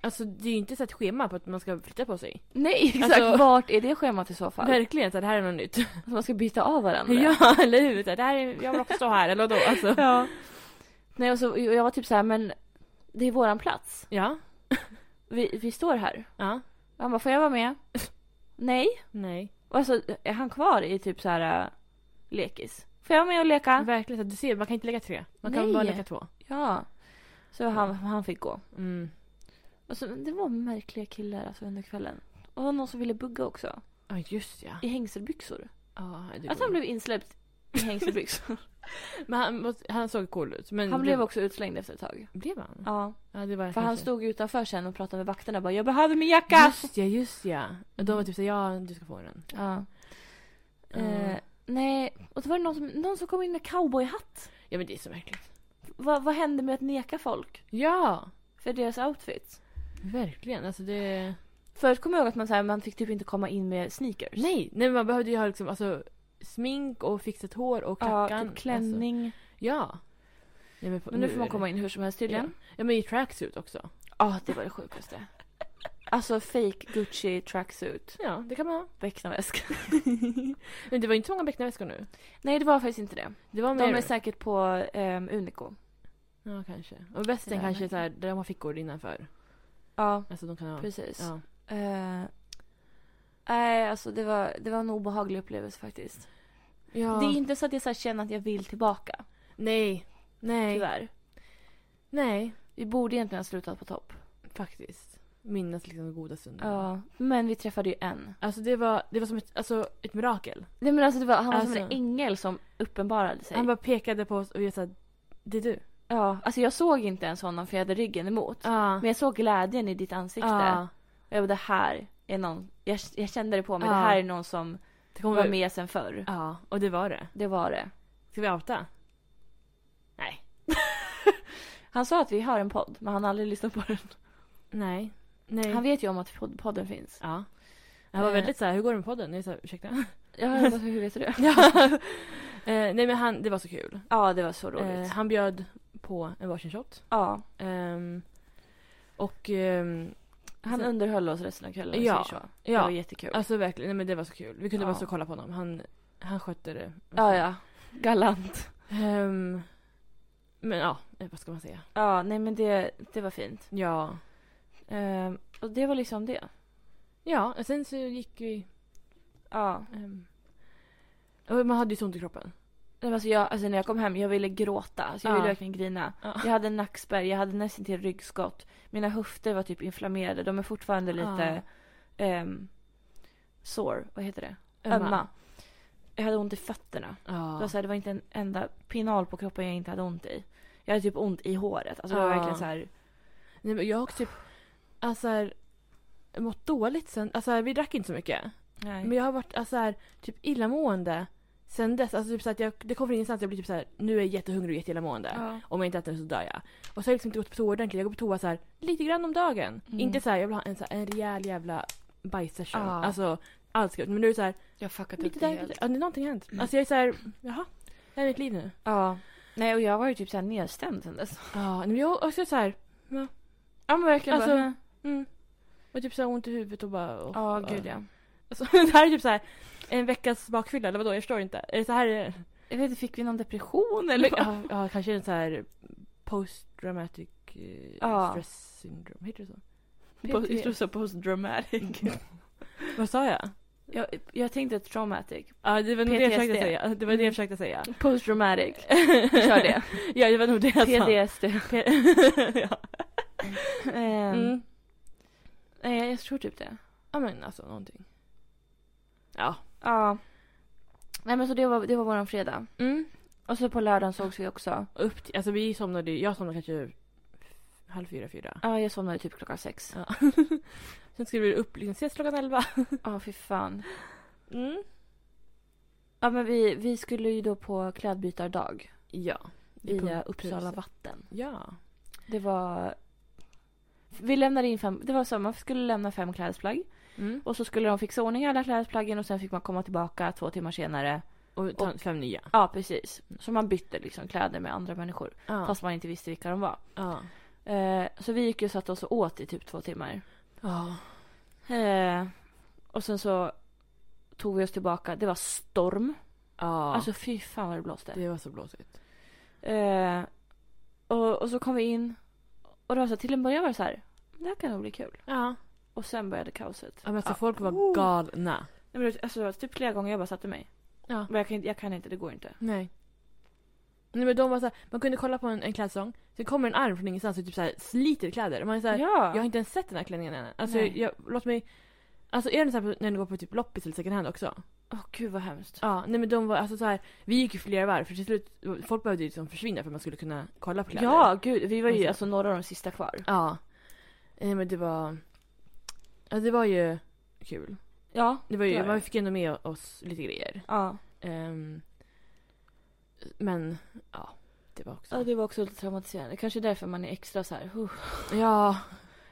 S2: Alltså det är ju inte så ett schema på att man ska flytta på sig.
S1: Nej exakt,
S2: Alltså-
S1: vart är det schemat i så fall?
S2: Verkligen, så här, det här är något nytt.
S1: Att man ska byta av varandra?
S2: Ja, eller hur? Så här, Det här är, jag vill också stå här, eller då alltså.
S1: Ja. Nej och så, och jag var typ så här, men det är våran plats.
S2: Ja,
S1: Vi, vi står här.
S2: ja,
S1: Han bara, får jag vara med? Nej.
S2: nej.
S1: Och alltså, är han kvar i typ så här äh, lekis? Får jag vara med och leka?
S2: Verkligen, så här, du ser, man kan inte lägga tre. Man kan
S1: Nej.
S2: bara lägga två.
S1: Ja. Så han, han fick gå.
S2: Mm.
S1: Och så, det var märkliga killar alltså under kvällen. Och det var någon som ville bugga också.
S2: Ja, just ja.
S1: I hängselbyxor.
S2: ja det
S1: Att han blev insläppt i hängselbyxor.
S2: Men han, måste- han såg cool ut. Men
S1: han
S2: det-
S1: blev också utslängd efter ett tag.
S2: Blev han?
S1: Ja.
S2: Ja,
S1: För
S2: det var
S1: han
S2: kanske- Mm.
S1: stod utanför sen och pratade med vakterna bara Jag behöver min jacka!
S2: Just ja, just ja. Och de var typ såhär, ja du ska få den.
S1: Ja. Eh,
S2: Ja.
S1: nej, och så var det någon som, någon som kom in med cowboyhatt.
S2: Ja men det är så märkligt.
S1: Va, vad hände med att neka folk
S2: Ja!
S1: för deras outfits?
S2: Verkligen, alltså det...
S1: Förut kommer jag ihåg att man, så här, man fick typ inte komma in med sneakers.
S2: Nej! Nej men man behövde ju ha liksom, alltså smink och fixat hår och
S1: Ja,
S2: klackan.
S1: typ klänning.
S2: Alltså, ja. Nej, men, på-
S1: men nu får man
S2: är
S1: komma in hur som helst
S2: det- ja.
S1: tydligen.
S2: ja men i tracksuit också.
S1: Ja, det var det sjukaste. Alltså fake Gucci tracksuit.
S2: Ja, det kan man ha.
S1: Becknarväska.
S2: Men det var inte så många becknarväskor nu.
S1: Nej, det var faktiskt inte det.
S2: Det var
S1: De
S2: mer...
S1: är säkert på ehm, Unico.
S2: Ja kanske. Och västen
S1: Det där
S2: kanske
S1: var-
S2: är såhär, där de har fickor innanför.
S1: Ja,
S2: Alltså de kan ha...
S1: precis.
S2: Ja.
S1: Eh, Nej, alltså det var, det var en obehaglig upplevelse faktiskt.
S2: ja.
S1: Det är inte så att jag så här känner att jag vill tillbaka.
S2: Nej. Nej.
S1: Tyvärr.
S2: Nej.
S1: Vi borde egentligen ha slutat på topp.
S2: Faktiskt. Minnas liksom de goda stunderna.
S1: Ja. Men vi träffade ju en.
S2: Alltså det var, det var som ett, alltså, ett mirakel.
S1: Nej men alltså det var, han var som
S2: Alltså.
S1: en ängel som uppenbarade sig.
S2: Han bara pekade på oss och jag sa det är du.
S1: Ja, alltså jag såg inte ens honom för jag hade ryggen emot.
S2: Ja.
S1: Men jag såg glädjen i ditt ansikte.
S2: Ja.
S1: Och jag bara, det här är någon, jag, jag kände det på mig,
S2: Ja.
S1: det här är någon som
S2: Det kommer
S1: var
S2: vara med.
S1: med sen förr.
S2: Ja, och det var det.
S1: Det var det.
S2: Ska vi outa? Nej.
S1: Han sa att vi har en podd, men han har aldrig lyssnat på den.
S2: Nej. Nej.
S1: Han vet ju om att pod- podden finns.
S2: Ja. Han var
S1: Eh.
S2: väldigt så här, hur går det med podden? Jag sa, ursäkta?
S1: Ja, jag bara, hur vet du det?
S2: Eh, nej men han, det var så kul.
S1: Ja, det var så
S2: Eh,
S1: roligt.
S2: han bjöd på en varsin shot.
S1: ja,
S2: Ehm, och ehm,
S1: han
S2: så-
S1: underhöll oss resten av kvällen.
S2: Ja.
S1: Ja. Så. Det var
S2: ja,
S1: jättekul.
S2: alltså verkligen, nej men det var så kul. Vi kunde
S1: Ja.
S2: bara stå och kolla på honom. Han, han skötte det.
S1: ja, ja. Galant.
S2: Ehm, men ja, eh, vad ska man säga?
S1: Ja, nej men det, det var fint.
S2: Ja.
S1: Ehm, och det var liksom det.
S2: Ja, och sen så gick vi...
S1: Ja.
S2: ehm, och man hade ju så ont i kroppen.
S1: Nej, men Alltså, jag, alltså när jag kom hem, jag ville gråta. Alltså jag
S2: Ja.
S1: ville verkligen grina.
S2: Ja.
S1: Jag hade nackspärr, jag hade nästan till ryggskott. Mina höfter var typ inflammerade. De är fortfarande lite ehm, sore. Vad heter det? Ömma. Jag hade ont i fötterna. Det, var
S2: Ja.
S1: så här, det var inte en enda pinal på kroppen jag inte hade ont i. Jag hade typ ont i håret. Alltså det var
S2: Ja.
S1: verkligen så här.
S2: Nej, men jag har också typ... Alltså här, mått dåligt sen. Alltså här, vi drack inte så mycket.
S1: Nej.
S2: Men jag har varit alltså här, typ illamående sen dess. Alltså typ så att jag, det kom från ingenstans. Jag blir typ så här, nu är jag jättehungrig och jätteillamående.
S1: ja.
S2: Om jag inte äter så dör jag. Och så har jag liksom inte gått på toa ordentligt. Jag går på toa så här, lite grann om dagen.
S1: Mm.
S2: Inte så här, jag vill ha en, så här, en rejäl jävla bajssession.
S1: Ja.
S2: Alltså allt ska ut. Men nu är det så här,
S1: Jag har fuckat upp
S2: Lite
S1: det
S2: där, lite
S1: helt.
S2: Mm. där. Ja, det är någonting hänt. Alltså jag är såhär, jaha. Det här är mitt liv nu.
S1: Ja. Nej och jag var ju typ såhär nedstämd sen dess.
S2: Ja, nej, men jag var också såhär,
S1: Ja men verkligen
S2: alltså.
S1: bara.
S2: Mm. Och typ så här ont i huvudet och bara... och-
S1: Ja
S2: och-
S1: gud ja.
S2: Alltså, det här är typ så här en veckas bakfylla eller vadå? Jag förstår inte. Är det så här? eh, det-
S1: Jag vet inte, fick vi någon depression eller?
S2: Eller, ja, ja, kanske en så här post-dramatic eh,
S1: Ja.
S2: stress syndrome. Heter det så?
S1: Post-
S2: PTSD.
S1: Jag tror så post-dramatic.
S2: Vad sa jag?
S1: jag, jag tänkte traumatic.
S2: Ja, det var nog det jag försökte
S1: PTSD.
S2: säga. Det var det jag försökte säga.
S1: Post-dramatic. Kör det.
S2: Mm. ja, det var nog det jag sa.
S1: PDSD.
S2: ja.
S1: Ehm,
S2: Mm.
S1: Nej jag tror typ det.
S2: ja, men alltså någonting. Ja.
S1: Ja. Nej men så det var, det var våran fredag.
S2: Mm.
S1: Och så på lördagen sågs vi också.
S2: Upp till, alltså vi somnade ju- jag somnade kanske halv fyra, fyra.
S1: Ja jag somnade typ klockan sex.
S2: Ja. Sen skulle vi upp, liksom, ses klockan elva.
S1: Ja fy fan.
S2: Mm.
S1: Ja men vi, vi skulle ju då på klädbytardag.
S2: Ja. I eh,
S1: Via
S2: pump-
S1: Uppsala
S2: huset.
S1: vatten.
S2: Ja.
S1: Det var... Vi lämnade in fem... Det var så man skulle lämna fem klädesplagg.
S2: Mm.
S1: Och så skulle de fixa ordning alla klädesplaggen och sen fick man komma tillbaka två timmar senare.
S2: Och, ta fem nya.
S1: Ja precis. Så man bytte liksom kläder med andra människor.
S2: Ja.
S1: Fast man inte visste vilka de var.
S2: ja.
S1: Eh, så vi gick ju och satte oss och åt i typ två timmar.
S2: Ja.
S1: Eh, och sen så tog vi oss tillbaka. Det var storm.
S2: ja.
S1: Alltså fy fan vad det blåste.
S2: det var så blåsigt.
S1: Eh, och, och så kom vi in. Och det var så här, till en början var det så här. Det här kan nog bli kul.
S2: Ja.
S1: Och sen började kaoset.
S2: ja men alltså
S1: Ja.
S2: folk var
S1: Oh.
S2: galna.
S1: Nej, men det- Alltså, typ flera gånger jag bara satte mig.
S2: Ja.
S1: Men jag kan, inte- jag kan inte, det går inte.
S2: Nej. Nej men de var så här, man kunde kolla på en, en klädsång, sen kommer en arm från ingenstans och typ så här sliter kläder. Och Man är så här,
S1: ja.
S2: jag har inte ens sett den här klänningen än. Alltså
S1: Nej.
S2: jag, låt mig... Alltså är det så här på- när du går på typ loppis eller second hand också?
S1: Åh gud vad hemskt.
S2: Ja, nej men de var alltså så här, vi gick ju flera varv för till slut, folk behövde ju liksom försvinna för att man skulle kunna kolla på kläder.
S1: Ja gud, vi var ju
S2: Alltså-
S1: alltså några av de sista kvar.
S2: Ja. Nej men det var, ja det var ju kul.
S1: Ja.
S2: Det var ju,
S1: Det var det.
S2: man fick ändå med oss lite grejer.
S1: Ja.
S2: Ehm, men, ja. Det var också.
S1: ja det var också lite traumatiserande. Kanske därför man är extra så här. huh.
S2: Ja.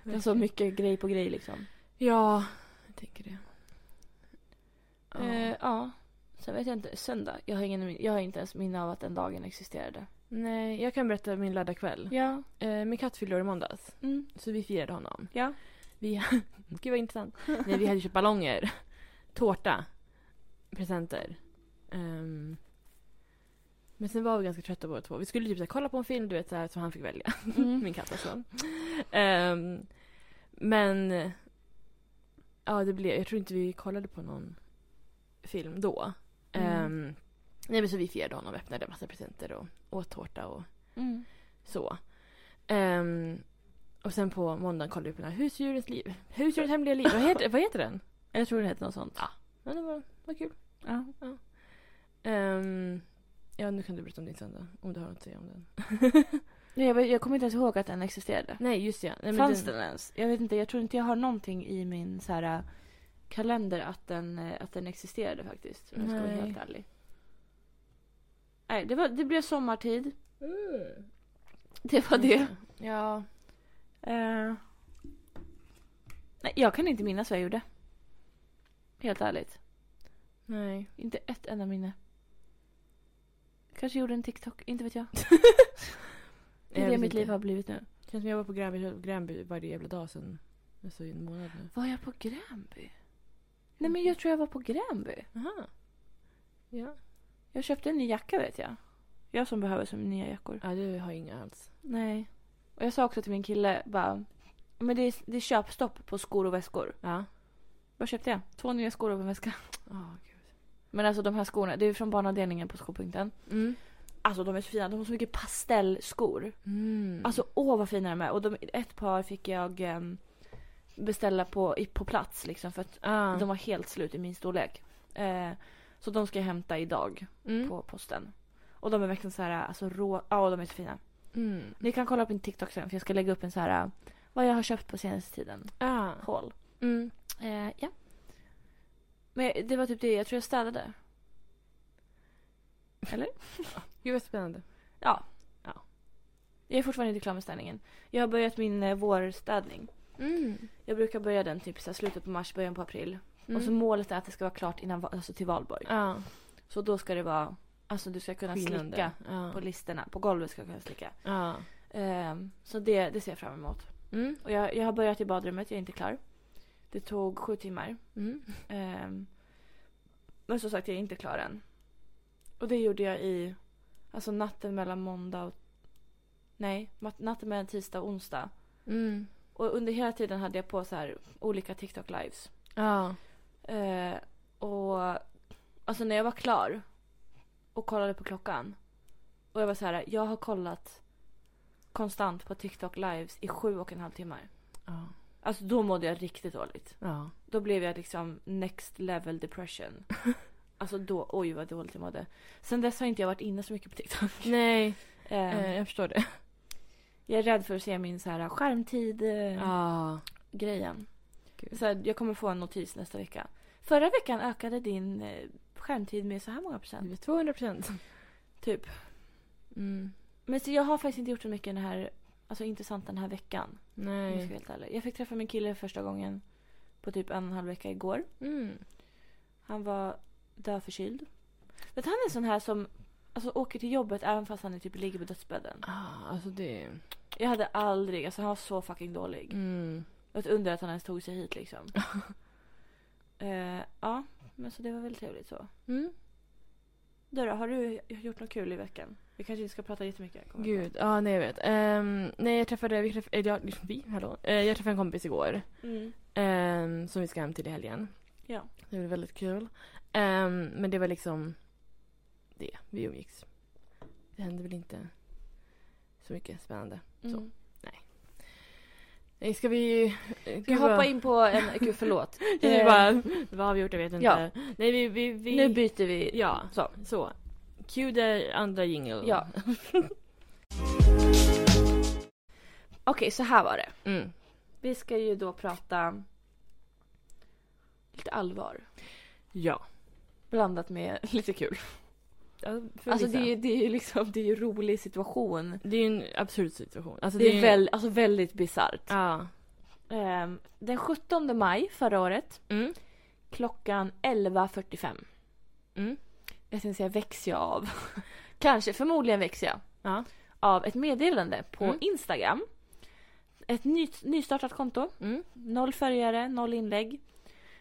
S1: Det är så mycket grej på grej liksom.
S2: Ja, jag tänker det. Ja.
S1: Eh, ja. Sen vet jag inte. Söndag. Jag har, ingen, min- jag har inte ens minne av att den dagen existerade.
S2: nej, jag kan berätta min lördagkväll.
S1: Ja.
S2: Eh, min katt fyllde år i måndags,
S1: Mm.
S2: så vi firade honom.
S1: Ja.
S2: Vi, gud vad intressant. nej, vi hade köpt ballonger, tårta, presenter. Ehm, men sen var vi ganska trötta båda två. Vi skulle typ så här, kolla på en film du vet, så här, som han fick välja.
S1: Mm.
S2: Min katt alltså. Ehm, men... Ja, det blev... Jag tror inte vi kollade på någon film då.
S1: Mm.
S2: Ehm, nej, men så vi firade honom och öppnade massa presenter och åt tårta och
S1: Mm.
S2: så. Ehm, och sen på måndagen kollade vi på den här Husdjurens liv. Husdjurens hemliga liv. Vad heter, vad heter den?
S1: Jag tror det hette något sånt.
S2: Ja, det var, var kul.
S1: Ja.
S2: Ehm, ja, nu kan du berätta om din söndag. Om du har något att säga om den.
S1: Nej, jag, vet- jag kommer inte ens ihåg att den existerade.
S2: Nej, just det, ja. Nej, men
S1: Fanns den ens? Jag vet inte. Jag tror inte jag har någonting i min så här, äh, kalender att den, eh, att den existerade faktiskt. Om jag ska vara
S2: Nej.
S1: helt ärlig. Nej, det, var, det blev sommartid.
S2: Mm.
S1: Det var det.
S2: Ja.
S1: Eh, Nej, jag kan inte minnas vad jag gjorde. Helt ärligt.
S2: Nej.
S1: Inte ett enda minne. Kanske gjorde en TikTok, inte vet jag. Det
S2: Jag
S1: är det
S2: vet
S1: mitt
S2: inte.
S1: liv har blivit nu.
S2: Känns som jag var på Gränby, Gränby varje jävla dag sen alltså i en månad nu.
S1: Var jag på Gränby? Nej men jag tror jag var på Gränby.
S2: Aha. Ja.
S1: Jag köpte en ny jacka vet jag. Jag som behöver som nya jackor.
S2: Ja, du har inga alls.
S1: Nej. Och jag sa också till min kille bara. Men det är, det är köpstopp på skor och väskor.
S2: Ja.
S1: Vad köpte jag? Två nya skor och en väska.
S2: Oh, gud.
S1: Men alltså de här skorna, det är från barnavdelningen på skopunkten.
S2: Mm.
S1: Alltså de är så fina, de har så mycket pastellskor.
S2: Mm.
S1: Alltså åh vad fina de är. Och de, ett par fick jag em, beställa på, i, på plats liksom för att
S2: ah.
S1: de var helt slut i min storlek. Eh, så de ska jag hämta idag
S2: mm.
S1: på posten. Och de är verkligen så här, alltså rå, ja de är så fina.
S2: Mm.
S1: Ni kan kolla på min TikTok sen för jag ska lägga upp en så här vad jag har köpt på senaste tiden.
S2: Ah.
S1: Haul.
S2: Mm.
S1: Eh, ja. Men det var typ det, jag tror jag städade.
S2: Gud vad spännande.
S1: Ja.
S2: Ja.
S1: Jag är fortfarande inte klar med städningen. Jag har börjat min eh, vårstädning.
S2: Mm.
S1: Jag brukar börja den typ så här, slutet på mars,
S2: Mm. Ah.
S1: början på april. Och så målet är att det ska vara klart innan, va- alltså till valborg.
S2: Ja.
S1: Så då ska det vara Alltså du ska kunna
S2: skinn
S1: slicka
S2: under. Ja.
S1: på listerna. På golvet ska du kunna slicka.
S2: ja.
S1: Ehm, så det, det ser jag fram emot.
S2: Mm.
S1: Och jag, jag har börjat i badrummet, jag är inte klar. Det tog sju timmar.
S2: Mm.
S1: Ehm, men som sagt, jag är inte klar än. Och det gjorde jag i alltså natten mellan måndag och... Nej, mat- natten mellan tisdag och onsdag.
S2: Mm.
S1: Och under hela tiden hade jag på så här olika TikTok-lives.
S2: Ja.
S1: Eh, och alltså när jag var klar och kollade på klockan. Och jag var så här, jag har kollat konstant på TikTok lives i sju och en halv timmar.
S2: Ja.
S1: Alltså då mådde jag riktigt dåligt.
S2: Ja.
S1: Då blev jag liksom next level depression. Alltså då, oj vad dåligt jag mådde. Sen dess har inte jag varit inne så mycket på TikTok.
S2: Nej,
S1: Eh,
S2: eh, jag förstår det.
S1: jag är rädd för att se min så här skärmtid-grejen.
S2: Ja. Gud.
S1: Så här, jag kommer få en notis nästa vecka. Förra veckan ökade din eh, skärmtid med så här många procent.
S2: Det är 200 procent.
S1: Typ.
S2: Mm.
S1: Men så jag har faktiskt inte gjort så mycket den här, alltså intressant den här veckan. Om jag ska
S2: Nej.
S1: vara helt ärlig. Jag fick träffa min kille första gången på typ en och en halv vecka igår.
S2: Mm.
S1: Han var döförkyld. Vet du, han är en sån här som alltså, åker till jobbet även fast han är typ ligger på dödsbädden.
S2: Ah, alltså det...
S1: Jag hade aldrig, alltså han var så fucking dålig.
S2: Mm.
S1: Ett under att han ens tog sig hit liksom. eh, ja, men så det var väl trevligt så.
S2: Mm.
S1: Du då, har du gjort något kul i veckan? Vi kanske inte ska prata jättemycket. kommer jag
S2: Gud, ja nej jag vet. Ehm, nej jag träffade, vi träffade, jag, vi, hallå. Eh, jag träffade en kompis igår.
S1: på. Mm.
S2: ehm, som vi ska hem till i helgen.
S1: Ja.
S2: Det var väldigt kul. Ehm, men det var liksom det, vi umgicks. Det hände väl inte så mycket spännande. Så.
S1: Mm.
S2: Nej, Ska vi... eh,
S1: Ska vi
S2: gud, vad-
S1: hoppa in på en... Gud, förlåt.
S2: Jag tänkte bara, vad har vi gjort? Jag vet inte.
S1: Ja.
S2: Nej vi, vi, vi...
S1: Nu byter vi.
S2: Ja,
S1: Så.
S2: så. Cue the andra jingle.
S1: Ja. Okej, så här var det.
S2: Mm.
S1: Vi ska ju då prata lite allvar.
S2: Ja.
S1: Blandat med lite kul.
S2: För
S1: Alltså
S2: vissa.
S1: det är, ju- det är ju liksom, det är ju en rolig situation.
S2: Det är ju en absurd situation. Alltså,
S1: Det
S2: ju-
S1: är väl, alltså väldigt bisarrt.
S2: Ja.
S1: Ehm, Den 17 maj förra året
S2: Mm.
S1: klockan 11.45.
S2: Mm.
S1: Jag tänkte säga väcks jag av. Kanske, förmodligen väcks jag.
S2: Ja.
S1: Av ett meddelande på
S2: Mm.
S1: Instagram. Ett nytt, nystartat konto.
S2: Mm.
S1: Noll följare, noll inlägg.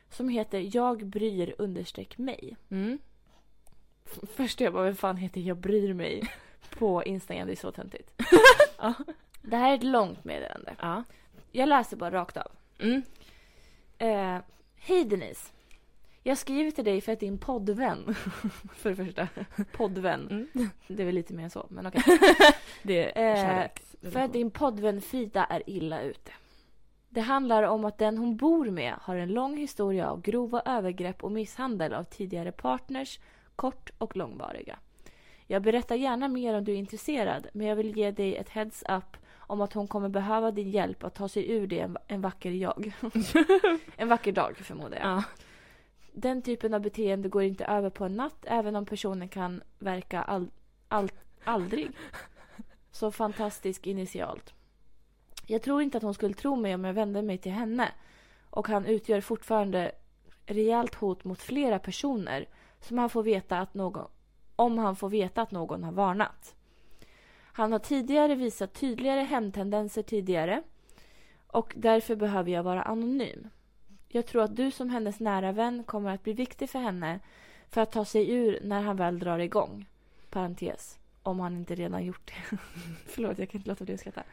S1: Som heter Jag bryr understreck mig.
S2: Mm.
S1: F- Först jag bara, vem fan heter Jag bryr mig? På Instagram, det är så töntigt. ja. Det här är ett långt meddelande.
S2: Ja.
S1: Jag läser bara rakt av.
S2: Mm.
S1: Eh, Hej Denise. Jag skriver till dig för att din poddvän. för det första. Poddvän.
S2: Mm.
S1: Det är väl lite mer än så, men okej.
S2: Det
S1: Eh,
S2: är kärleks.
S1: För att din poddvän Frida är illa ute. Det handlar om att den hon bor med har en lång historia av grova övergrepp och misshandel av tidigare partners, kort och långvariga. Jag berättar gärna mer om du är intresserad, men jag vill ge dig ett heads up om att hon kommer behöva din hjälp att ta sig ur det en, en vacker jag. en vacker dag förmodar jag.
S2: Ja.
S1: Den typen av beteende går inte över på en natt även om personen kan verka all, all, aldrig så fantastisk initialt. Jag tror inte att hon skulle tro mig om jag vände mig till henne och han utgör fortfarande rejält hot mot flera personer som han får veta att någon, om han får veta att någon har varnat. Han har tidigare visat tydligare hämndtendenser tidigare och därför behöver jag vara anonym. Jag tror att du som hennes nära vän kommer att bli viktig för henne för att ta sig ur när han väl drar igång. Parentes. Om han inte redan gjort det. Förlåt, jag kan inte låta bli att skratta.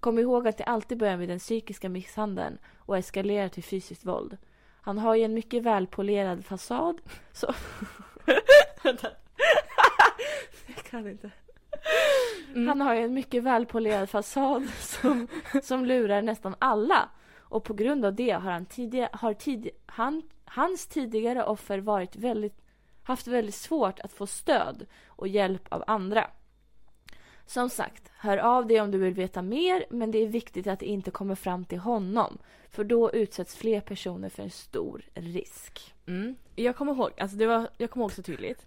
S1: Kom ihåg att det alltid börjar med den psykiska misshandeln och eskalerar till fysiskt våld. Han har ju en mycket välpolerad fasad, så... Vänta. jag kan inte.
S2: Mm.
S1: Han har ju en mycket välpolerad fasad som, som lurar nästan alla. Och på grund av det har, han tidiga, har tid, han, hans tidigare offer varit väldigt, haft väldigt svårt att få stöd och hjälp av andra. Som sagt, hör av dig om du vill veta mer men det är viktigt att det inte kommer fram till honom. För då utsätts fler personer för en stor risk.
S2: Mm. Jag kommer ihåg, alltså det var, jag kommer ihåg så tydligt.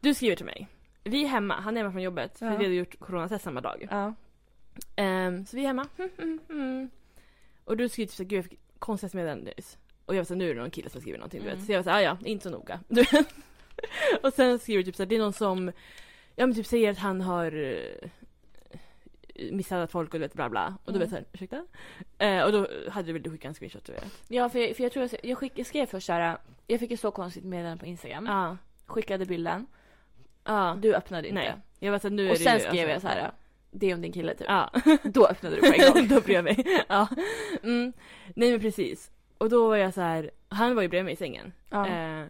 S2: Du skriver till mig. Vi är hemma, han är hemma från jobbet för
S1: Ja.
S2: vi hade gjort coronatest samma dag.
S1: Ja.
S2: Ehm, så vi är hemma. Mm, mm, mm. Och du skriver typ såhär, gud jag fick konstigaste meddelandet nyss. Och jag var såhär, nu är det någon kille som skriver någonting du
S1: Mm.
S2: vet. Så jag var såhär, "Ah, ja inte så noga. Du vet. Och sen skriver typ så här, det är någon som ja, men typ säger att han har eh, misshandlat folk och du vet bla bla. Och då
S1: Mm.
S2: vet jag såhär, ursäkta? Eh, och då hade du väl du skickat en screenshot du vet?
S1: Ja, för jag, för jag tror jag, sk- jag, skick, jag skrev först såhär, jag fick ett så konstigt meddelande på Instagram.
S2: Ja.
S1: Skickade bilden,
S2: Ja.
S1: du öppnade Mm. inte.
S2: Nej. Jag var såhär, nu är
S1: Och
S2: det
S1: sen
S2: ju-
S1: skrev jag
S2: alltså-
S1: så här. det är om din kille typ.
S2: Ja.
S1: Då öppnade du på en gång.
S2: då bryr jag mig. Ja. Mm. Nej men precis. Och då var jag så här, han var ju bredvid mig i sängen.
S1: ja.
S2: Eh,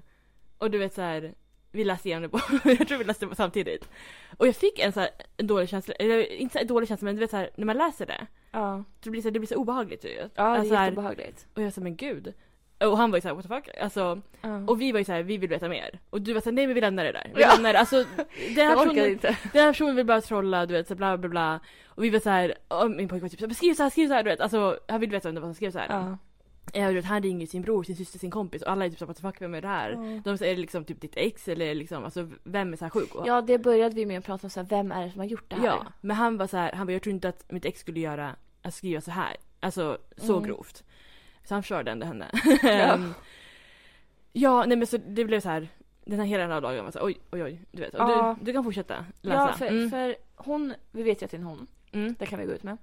S2: och du vet så här, vi läste igenom det på, jag tror vi läste det på samtidigt. Och jag fick en så här en dålig känsla, eller inte så här dålig känsla men du vet så här, när man läser det,
S1: ja.
S2: det blir så, det blir så obehagligt ju.
S1: Ja, det är
S2: Alltså här-
S1: jätteobehagligt.
S2: Och jag sa men gud. Och han var ju såhär what the fuck. Alltså,
S1: Ja.
S2: och vi var ju såhär vi vill veta mer. Och du var såhär nej men vi lämnar det där. Vi
S1: Ja.
S2: lämnar det. Alltså, den här,
S1: jag orkade
S2: personen,
S1: inte.
S2: den här personen vill bara trolla du vet så bla bla bla. Och vi var såhär, och min pojke var typ såhär skriv såhär, skriv såhär du vet. Alltså han vill veta vem det var som skrev såhär.
S1: Ja.
S2: Ja, du vet, han ringer ju sin bror, sin syster, sin kompis och alla är typ såhär what the fuck vem är det här? De säger är det liksom typ ditt ex eller liksom alltså vem är så här sjuk? Och,
S1: Ja, det började vi med att prata om så här, vem är det som har gjort det här?
S2: ja, men han var så här, han bara jag tror inte att mitt ex skulle göra, att skriva så här, alltså så
S1: Mm.
S2: grovt. Så han körde ändå henne. Ehm,
S1: Ja.
S2: ja, nej men så det blev så här den här hela den här dagen var så här, oj oj oj, du vet. Och
S1: Ja.
S2: du, du kan fortsätta läsa.
S1: Ja, för,
S2: mm.
S1: för hon, vi vet ju att det är en hon,
S2: Mm.
S1: det kan vi gå ut med.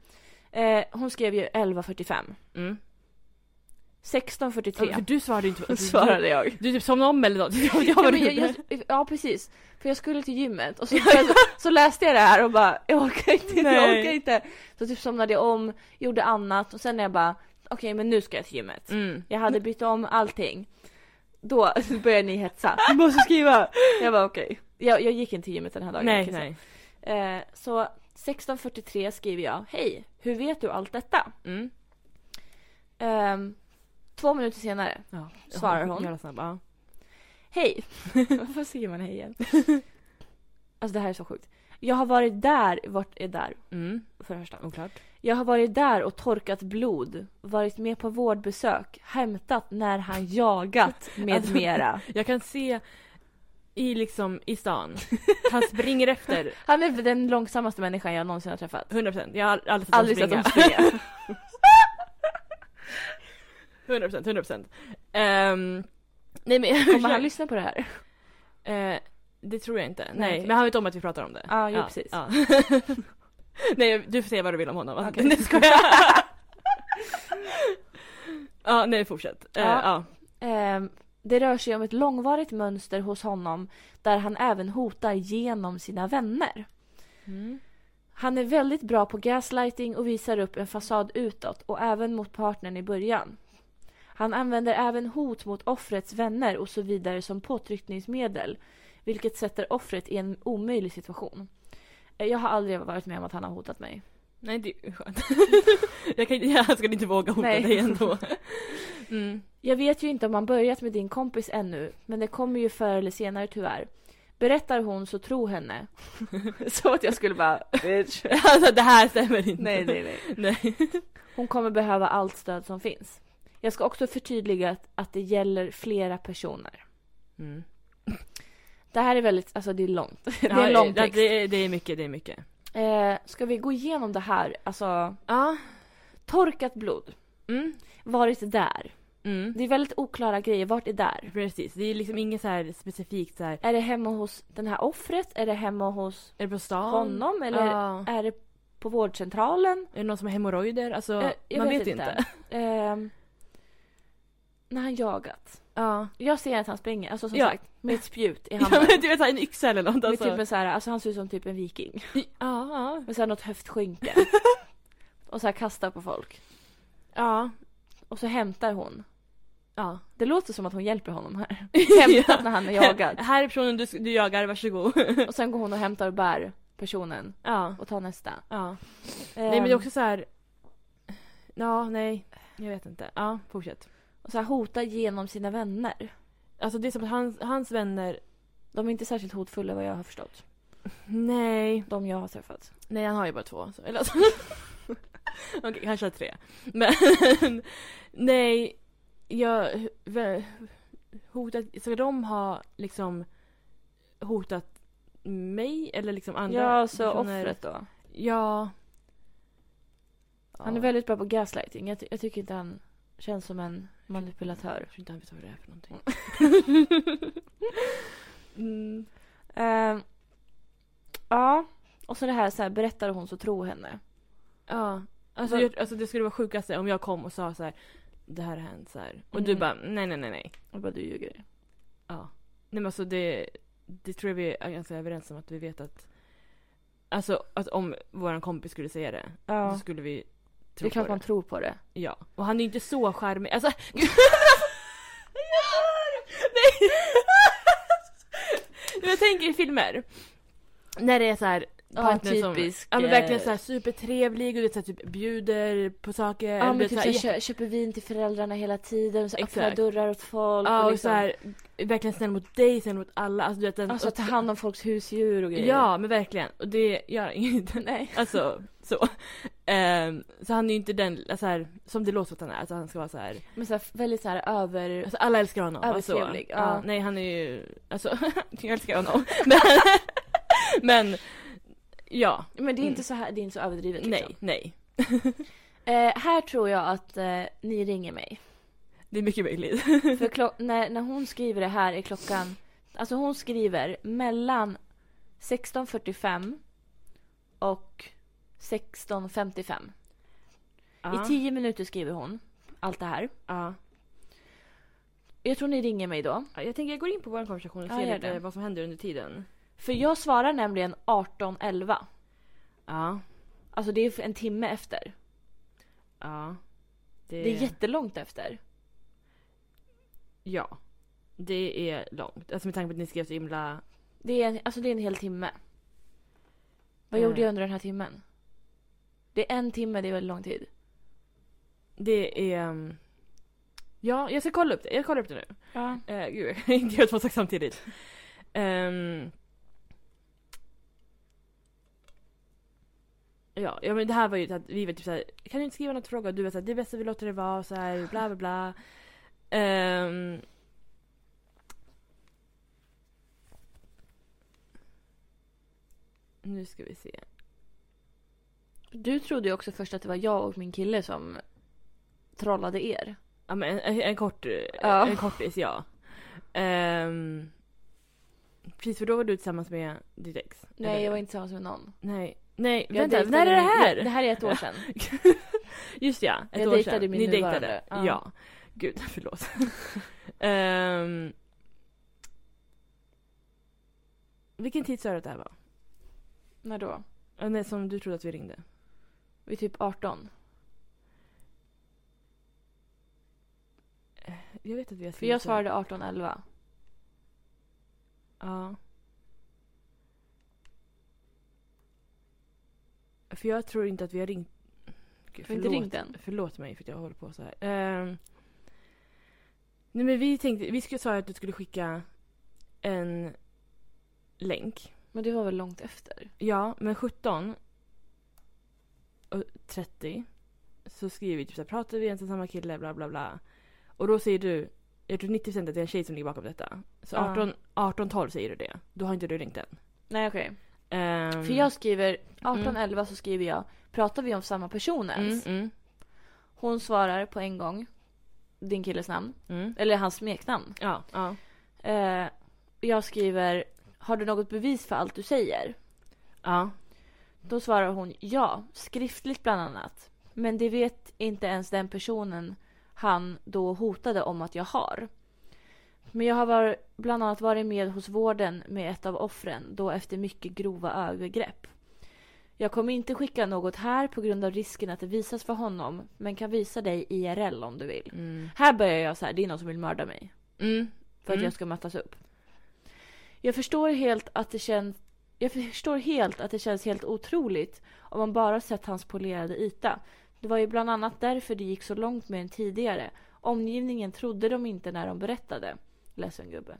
S1: Eh, hon skrev ju 11.45.
S2: Mm.
S1: 16.43
S2: Ja, för du svarade ju inte. Du,
S1: svarade jag.
S2: Du, du typ somnade om eller något. Jag
S1: Ja,
S2: var
S1: men jag,
S2: jag,
S1: jag, ja precis, för jag skulle till gymmet och så, så, så läste jag det här och bara jag orkar inte, jag
S2: Nej.
S1: orkar inte. Så typ somnade jag om, gjorde annat och sen när jag bara okej men nu ska jag till gymmet.
S2: mm.
S1: Jag hade bytt om allting. Då började ni hetsa. Du måste skriva! Jag var okej. Jag, jag gick inte till gymmet den här dagen.
S2: Nej,
S1: kan jag säga.
S2: nej.
S1: Eh, så 16.43 skriver jag Hej, hur vet du allt detta?
S2: Mm.
S1: Ehm, två minuter senare.
S2: Ja.
S1: Svarar hon.
S2: Jävla snabb, ja.
S1: Hej! Varför skriver man hej igen? alltså det här är så sjukt. Jag har varit där, vart är där?
S2: Mm.
S1: För det första.
S2: Oklart.
S1: Jag har varit där och torkat blod, varit med på vårdbesök, hämtat när han jagat med
S2: Alltså-
S1: mera.
S2: Jag kan se i liksom i stan. Han springer efter.
S1: Han är den långsammaste människan jag någonsin har träffat.
S2: 100%. Jag har aldrig sett honom
S1: Aldrig sett
S2: springa.
S1: honom springa.
S2: 100%, 100%. Ehm, nej men jag
S1: Kommer han lyssna på det här?
S2: Eh, det tror jag inte. Nej,
S1: Nej, okej.
S2: men han vet om att vi pratar om det.
S1: Ja, jo, precis.
S2: ja. nej, du får säga vad du vill om honom.
S1: Okej.
S2: Nej, skojar jag. ja, nej fortsätt. Eh,
S1: Ja.
S2: ja.
S1: Ehm, det rör sig om ett långvarigt mönster hos honom där han även hotar genom sina vänner. Mm. Han är väldigt bra på gaslighting och visar upp en fasad utåt och även mot partnern i början. Han använder även hot mot offrets vänner och så vidare som påtryckningsmedel vilket sätter offret i en omöjlig situation. Eh, Jag har aldrig varit med om att han har hotat mig.
S2: Nej, det är ju skönt. jag, kan, jag skulle inte våga hota
S1: Nej.
S2: dig ändå. Mm.
S1: Jag vet ju inte om han börjat med din kompis ännu, men det kommer ju förr eller senare tyvärr. Berättar hon så tro henne. så att jag skulle bara... Bitch.
S2: Alltså det här stämmer inte.
S1: nej, nej, nej.
S2: Nej.
S1: Hon kommer behöva allt stöd som finns. Jag ska också förtydliga att, att det gäller flera personer.
S2: Mm.
S1: Det här är väldigt, alltså det är långt. det är
S2: Ja,
S1: en lång
S2: ja,
S1: text.
S2: Det, är- det är mycket, det är mycket.
S1: Eh, ska vi gå igenom det här? Alltså,
S2: Ja.
S1: torkat blod.
S2: Mm.
S1: Varit där.
S2: Mm.
S1: Det är väldigt oklara grejer. Vart är där?
S2: Precis, det är liksom inget så här specifikt så här.
S1: Är det hemma hos den här offret? Är det hemma hos
S2: Är det på stan?
S1: honom? Eller
S2: Ja.
S1: är det på vårdcentralen?
S2: Är det någon som har hemorrojder? Alltså,
S1: Eh, jag
S2: man
S1: vet
S2: vet,
S1: inte.
S2: inte.
S1: Ehm, när han jagat.
S2: Ja.
S1: Jag ser att han springer, alltså som
S2: Ja.
S1: sagt, med ett spjut i
S2: ja
S1: handen.
S2: men, du vet såhär en yxa eller något
S1: Med
S2: alltså.
S1: typ en så här, alltså han ser ut som typ en viking.
S2: Ja, ja.
S1: Med så här något höftskynke. och så här kastar på folk.
S2: Ja.
S1: Och så hämtar hon.
S2: Ja.
S1: Det låter som att hon hjälper honom här. Hämtat när han är jagad.
S2: Här är personen du, du jagar, varsågod.
S1: Och sen går hon och hämtar och bär personen
S2: ja.
S1: och tar nästa.
S2: ja. Nej
S1: Ehm.
S2: men det är också så här. Ja, nej. Jag vet inte. Ja, fortsätt.
S1: Ehm, Och så här hotar genom sina vänner.
S2: Alltså det är som att hans, hans vänner,
S1: De är inte särskilt hotfulla vad jag har förstått.
S2: nej.
S1: De jag har träffat.
S2: Nej han har ju bara två. Så, eller alltså. Okej, kanske tre. Men nej. Jag vä- hotat, ska de ha liksom hotat mig eller liksom andra
S1: Ja, så
S2: personer?
S1: offret då.
S2: Ja.
S1: Han är
S2: Ja.
S1: väldigt bra på gaslighting. Jag, ty- jag tycker inte han känns som en
S2: Jag
S1: manipulatör.
S2: tror inte han vet vad det är för någonting.
S1: Mm. Eh, ja, och så det här, så här berättar hon så tro henne.
S2: Ja. Alltså,
S1: Vad-
S2: jag, alltså det skulle vara sjukaste om jag kom och sa så här. Det här har hänt så här. Och du
S1: Mm.
S2: bara nej nej nej nej.
S1: Och bara du ljuger.
S2: Ja. Nej men alltså det, det tror jag vi är ganska överens om att vi vet att Alltså att om våran kompis skulle säga det, då
S1: Ja,
S2: skulle vi
S1: det
S2: tro
S1: är klart
S2: på det.
S1: man tror på det.
S2: Ja. Och han är ju inte så charmig, alltså gud. Nej! Men Jag tänker i filmer. När det är så här
S1: Ja,
S2: partner som-
S1: typisk,
S2: Ja men
S1: eh,
S2: verkligen såhär supertrevlig och du vet, så här, typ bjuder på saker.
S1: Ja
S2: eller
S1: men
S2: du vet,
S1: typ
S2: så här,
S1: såhär, kö- köper vin till föräldrarna hela tiden, så öppnar
S2: Exakt.
S1: dörrar åt folk.
S2: Ja, och
S1: liksom,
S2: så här, verkligen snäll mot dig, snäll mot alla. Alltså, du vet, den,
S1: Alltså
S2: och,
S1: ta hand om folks husdjur och grejer.
S2: Ja, men verkligen. Och det gör han ju inte.
S1: Nej.
S2: Alltså, så. Ehm, så han är ju inte den, alltså, här, som det låter att han är. Alltså, han ska vara så här.
S1: Men så här, väldigt så här över...
S2: Alltså, alla älskar honom. Alltså.
S1: Övertrevlig, ja.
S2: nej, han är ju, alltså, jag älskar honom. Men, men ja.
S1: Men det är
S2: Mm.
S1: inte så här, det är inte så överdrivet
S2: Nej,
S1: liksom.
S2: nej.
S1: Eh, här tror jag att eh, ni ringer mig.
S2: Det är mycket möjligt.
S1: För klo- när, när hon skriver det här är klockan... Alltså hon skriver mellan 16.45 och 16.55. I tio minuter skriver hon allt det här.
S2: ja.
S1: Jag tror ni ringer mig då.
S2: Ja, Jag tänker jag går in på vår konversation och
S1: Ja,
S2: ser
S1: gör
S2: lite
S1: det.
S2: vad som händer under tiden.
S1: För jag svarar nämligen 18.11.
S2: Ja.
S1: Alltså det är en timme efter.
S2: Ja.
S1: Det är jättelångt efter.
S2: Ja. Det är långt. Alltså med tanke på att ni skrev så himla...
S1: Det är en, alltså det är en hel timme. Vad
S2: Mm.
S1: gjorde jag under den här timmen? Det är en timme, det är väldigt lång tid.
S2: Det är... um, Ja, jag ska kolla upp det. Jag kollar upp det nu.
S1: Ja.
S2: Uh, gud, jag kan inte göra två saker samtidigt. Ehm. Ja, ja, men det här var ju att vi var typ såhär, kan du inte skriva något fråga? Och du var såhär, det är bäst att vi låter det vara och såhär, bla bla bla. Ehm. Nu ska vi se.
S1: Du trodde ju också först att det var jag och min kille som trollade er.
S2: Ja men en, en kort,
S1: Ja.
S2: en kortis ja. Ehm, precis för då var du tillsammans med ditt ex?
S1: Nej,
S2: eller?
S1: jag var inte tillsammans med någon.
S2: Nej, nej
S1: Jag
S2: vänta,
S1: dejtade
S2: när är det
S1: min-
S2: här?
S1: Det här är ett år sedan.
S2: Just ja, ett
S1: Jag
S2: år
S1: dejtade
S2: sedan.
S1: min
S2: Ni
S1: nuvarande.
S2: dejtade?
S1: Ja.
S2: Ja. Gud, förlåt. um, vilken tid sa du att det här var?
S1: När då?
S2: Ja, Nej, som du trodde att vi ringde?
S1: Vi är typ 18.
S2: Jag vet att vi har
S1: För jag
S2: skrivit så här.
S1: svarade 18.11.
S2: Ja. För jag tror inte att vi har ringt... Gud,
S1: Har vi inte ringt än?
S2: Förlåt mig för att jag håller på så här. Ehm. nej men vi tänkte, vi skulle säga att du skulle skicka en länk.
S1: Men det var väl långt efter?
S2: Ja, men 17 och 30 så skriver vi typ så här, pratar vi ens om samma kille, bla bla bla. Och då säger du, jag tror 90% att det är en tjej som ligger bakom detta. Så
S1: Ja.
S2: 18, 18 12 säger du det. Då har inte du ringt än.
S1: Nej okej. Mm.
S2: Ehm,
S1: För jag skriver 18.11 så skriver jag Pratar vi om samma person
S2: mm,
S1: ens?
S2: mm,
S1: Hon svarar på en gång din killes namn.
S2: mm.
S1: Eller hans smeknamn.
S2: Ja, ja.
S1: Eh, jag skriver Har du något bevis för allt du säger?
S2: ja.
S1: Då svarar hon ja, skriftligt bland annat. Men det vet inte ens den personen han då hotade om att jag har. Men jag har var, bland annat varit med hos vården med ett av offren då efter mycket grova övergrepp. Jag kommer inte skicka något här på grund av risken att det visas för honom men kan visa dig IRL om du vill.
S2: Mm.
S1: Här börjar jag så här, det är någon som vill mörda mig.
S2: Mm.
S1: För att
S2: Mm.
S1: jag ska mattas upp. Jag förstår helt att det känns... Jag förstår helt att det känns helt otroligt om man bara sett hans polerade yta. Det var ju bland annat därför det gick så långt med en tidigare. Omgivningen trodde de inte när de berättade. Ledsen gubbe.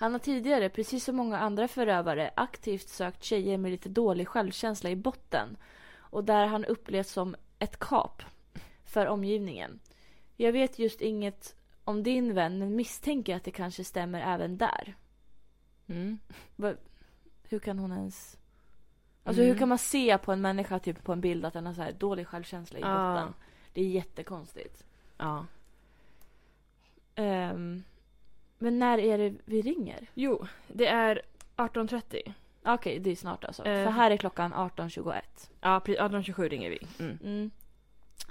S1: Han har tidigare, precis som många andra förövare, aktivt sökt tjejer med lite dålig självkänsla i botten och där han upplevs som ett kap för omgivningen. Jag vet just inget om din vän men misstänker att det kanske stämmer även där.
S2: Mm.
S1: Va- Hur kan hon ens... Alltså
S2: Mm.
S1: hur kan man se på en människa typ på en bild att den har så här dålig självkänsla i
S2: Ja.
S1: botten? Det är jättekonstigt.
S2: Ja.
S1: Ehm, Men när är det vi ringer?
S2: Jo, det är 18.30.
S1: Okej, det är snart alltså.
S2: Eh.
S1: För här är klockan 18.21.
S2: Ja, precis. 18.27 ringer vi. Mm.
S1: Mm.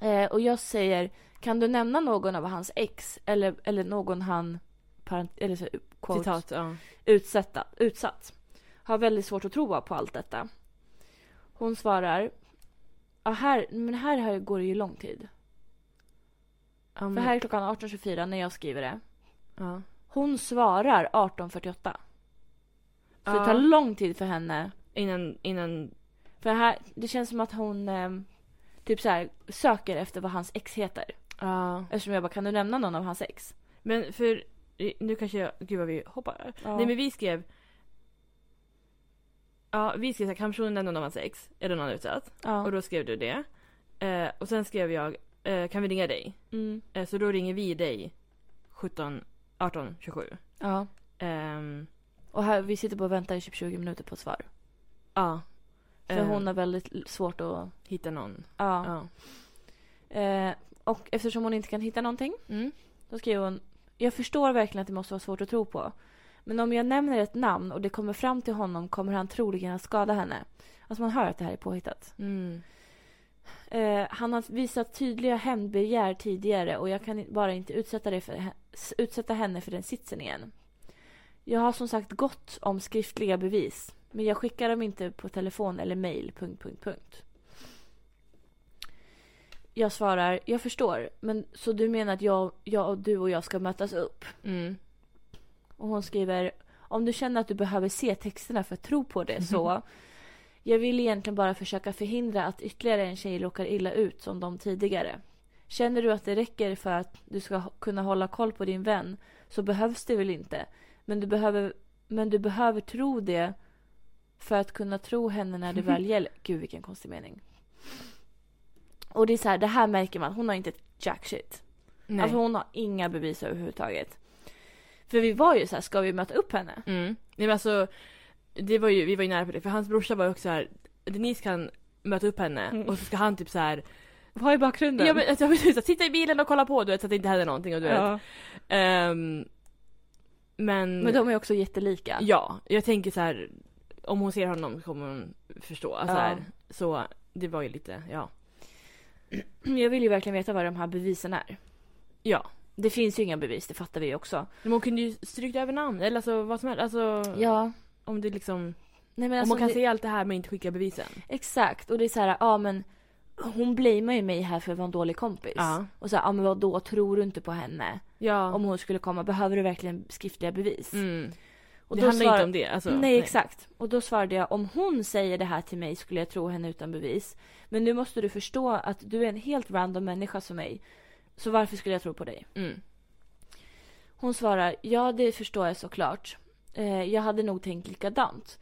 S1: Eh, och jag säger, kan du nämna någon av hans ex? Eller, eller någon han, parent- eller så, quote,
S2: Citat, ja.
S1: utsatta, utsatt. Har väldigt svårt att tro på allt detta. Hon svarar. Ja, här, men här, här går det ju lång tid.
S2: Um,
S1: För här är klockan 18.24 när jag skriver det.
S2: ja.
S1: Hon svarar 18.48. Så det
S2: Ja.
S1: tar lång tid för henne.
S2: Innan, innan...
S1: För här, det känns som att hon ehm, typ så här, söker efter vad hans ex heter.
S2: Ja.
S1: Eftersom jag bara, kan du nämna någon av hans ex?
S2: Men för... Nu kanske jag... Gud vad vi hoppar.
S1: Ja.
S2: Nej men vi skrev... Ja, vi skrev såhär, kan personen nämna någon av hans ex? Är det någon utsatt?
S1: ja.
S2: Och då skrev du det. Eh, och sen skrev jag, eh, kan vi ringa dig?
S1: Mm.
S2: Eh, så då ringer vi dig 17, 18, 27.
S1: ja.
S2: Ehm,
S1: Och här, vi sitter bara och väntar i typ 20 minuter på ett svar.
S2: Ja.
S1: För
S2: Eh,
S1: hon har väldigt svårt att...
S2: Hitta någon.
S1: Ja.
S2: Ja.
S1: Eh, och eftersom hon inte kan hitta någonting
S2: Mm.
S1: Då skriver hon Jag förstår verkligen att det måste vara svårt att tro på. Men om jag nämner ett namn och det kommer fram till honom kommer han troligen att skada henne. Alltså man hör att det här är påhittat.
S2: Mm.
S1: Eh, han har visat tydliga hämndbegär tidigare och jag kan i- bara inte utsätta, det för, he- s- utsätta henne för den sitsen igen. Jag har som sagt gott om skriftliga bevis. Men jag skickar dem inte på telefon eller mail. Punkt, punkt, punkt. Jag svarar, jag förstår. Men så du menar att jag, jag och du och jag ska mötas upp?
S2: Mm.
S1: Och hon skriver om du känner att du behöver se texterna för att tro på det så jag vill egentligen bara försöka förhindra att ytterligare en tjej råkar illa ut som de tidigare. Känner du att det räcker för att du ska h- kunna hålla koll på din vän så behövs det väl inte. Men du behöver, men du behöver tro det för att kunna tro henne när det väl gäller. Gud vilken konstig mening. Och det är så här, det här märker man, hon har inte ett jack shit.
S2: Nej.
S1: Alltså hon har inga bevis överhuvudtaget. För vi var ju så här, ska vi möta upp henne?
S2: Mm. Nej men alltså, det var ju, vi var ju nära på det. För hans brorsa var ju också så här, Denise kan möta upp henne
S1: Mm.
S2: och så ska han typ så här.
S1: Vad är bakgrunden?
S2: Ja men alltså, precis, så här, sitta i bilen och kolla på du vet så att det inte händer någonting och du vet. Mm. Ehm, men,
S1: men de är också jättelika.
S2: ja, jag tänker så här. om hon ser honom kommer hon förstå. Alltså,
S1: Ja.
S2: här, så det var ju lite, ja.
S1: Jag vill ju verkligen veta vad de här bevisen är.
S2: Ja.
S1: Det finns ju inga bevis, det fattar vi ju också.
S2: Men hon kunde ju stryka över namn eller alltså vad som helst. Alltså,
S1: Ja.
S2: om det liksom
S1: Nej, men
S2: Om
S1: alltså,
S2: man kan
S1: det,
S2: säga allt det här men inte skicka bevisen.
S1: Exakt, och det är så här, ja men hon blamear ju mig här för att vara en dålig kompis. Och så här, ja men vadå, tror du inte på henne?
S2: Ja.
S1: Om hon skulle komma, behöver du verkligen skriftliga bevis?
S2: mm.
S1: Och
S2: det
S1: då
S2: handlar
S1: svarar-
S2: inte om det. Alltså,
S1: nej, exakt. Och då svarade jag om hon säger det här till mig skulle jag tro henne utan bevis. Men nu måste du förstå att du är en helt random människa som mig. Så varför skulle jag tro på dig?
S2: Mm.
S1: Hon svarar, ja det förstår jag såklart. Eh, jag hade nog tänkt likadant.